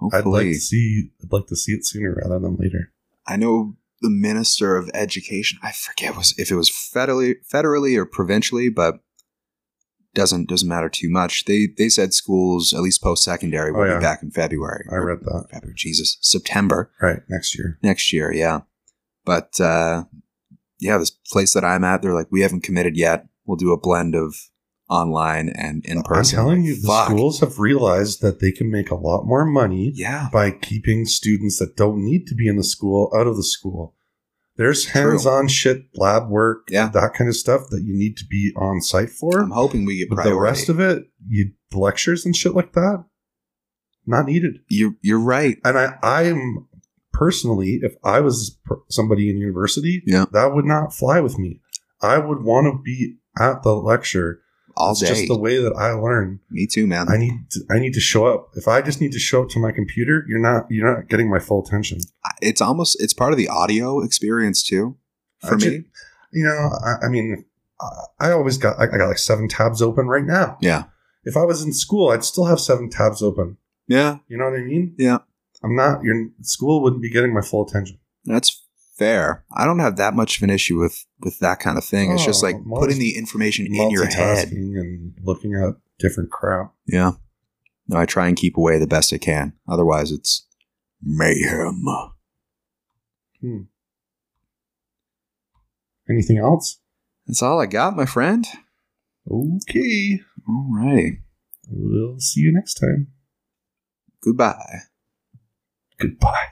Speaker 1: I'd
Speaker 2: Hopefully.
Speaker 1: like to see. I'd like to see it sooner rather than later.
Speaker 2: I know the minister of education. I forget was if it was federally, federally or provincially, but doesn't doesn't matter too much. They they said schools, at least post secondary, will
Speaker 1: Oh, yeah.
Speaker 2: be back in February.
Speaker 1: I read that.
Speaker 2: February, Jesus, September
Speaker 1: Right next year.
Speaker 2: next year. Yeah, but uh, yeah, this place that I'm at, they're like, we haven't committed yet. We'll do a blend of online and in person.
Speaker 1: I'm telling
Speaker 2: Like,
Speaker 1: you, the
Speaker 2: fuck.
Speaker 1: schools have realized that they can make a lot more money
Speaker 2: Yeah,
Speaker 1: by keeping students that don't need to be in the school out of the school. There's
Speaker 2: True.
Speaker 1: hands-on shit, lab work,
Speaker 2: Yeah.
Speaker 1: that kind of stuff that you need to be on site for.
Speaker 2: I'm hoping we get
Speaker 1: But the rest of it, you the lectures and shit like that, not needed.
Speaker 2: you're you're right.
Speaker 1: And I, I'm personally, if I was per- somebody in university,
Speaker 2: Yeah.
Speaker 1: that would not fly with me. I would want to be at the lecture.
Speaker 2: All
Speaker 1: It's
Speaker 2: day.
Speaker 1: just the way that I learn.
Speaker 2: Me too, man.
Speaker 1: I need to, I need to show up. If I just need to show up to my computer, you're not you're not getting my full attention.
Speaker 2: it's almost it's part of the audio experience too for
Speaker 1: I
Speaker 2: me.
Speaker 1: ju- you know, I, I mean, I, I always got I, I got like seven tabs open right now.
Speaker 2: yeah,
Speaker 1: If I was in school, I'd still have seven tabs open.
Speaker 2: yeah,
Speaker 1: You know what I mean?
Speaker 2: Yeah.
Speaker 1: I'm not. Your school wouldn't be getting my full attention.
Speaker 2: that's fair. I don't have that much of an issue with with that kind of thing. it's just
Speaker 1: Oh,
Speaker 2: like
Speaker 1: multi-
Speaker 2: putting the information in your head.
Speaker 1: Multitasking and looking at different crap.
Speaker 2: Yeah. No, I try and keep away the best I can. Otherwise, it's mayhem.
Speaker 1: Anything else?
Speaker 2: That's all I got, my friend.
Speaker 1: Okay.
Speaker 2: All righty.
Speaker 1: We'll see you next time.
Speaker 2: Goodbye.
Speaker 1: Goodbye.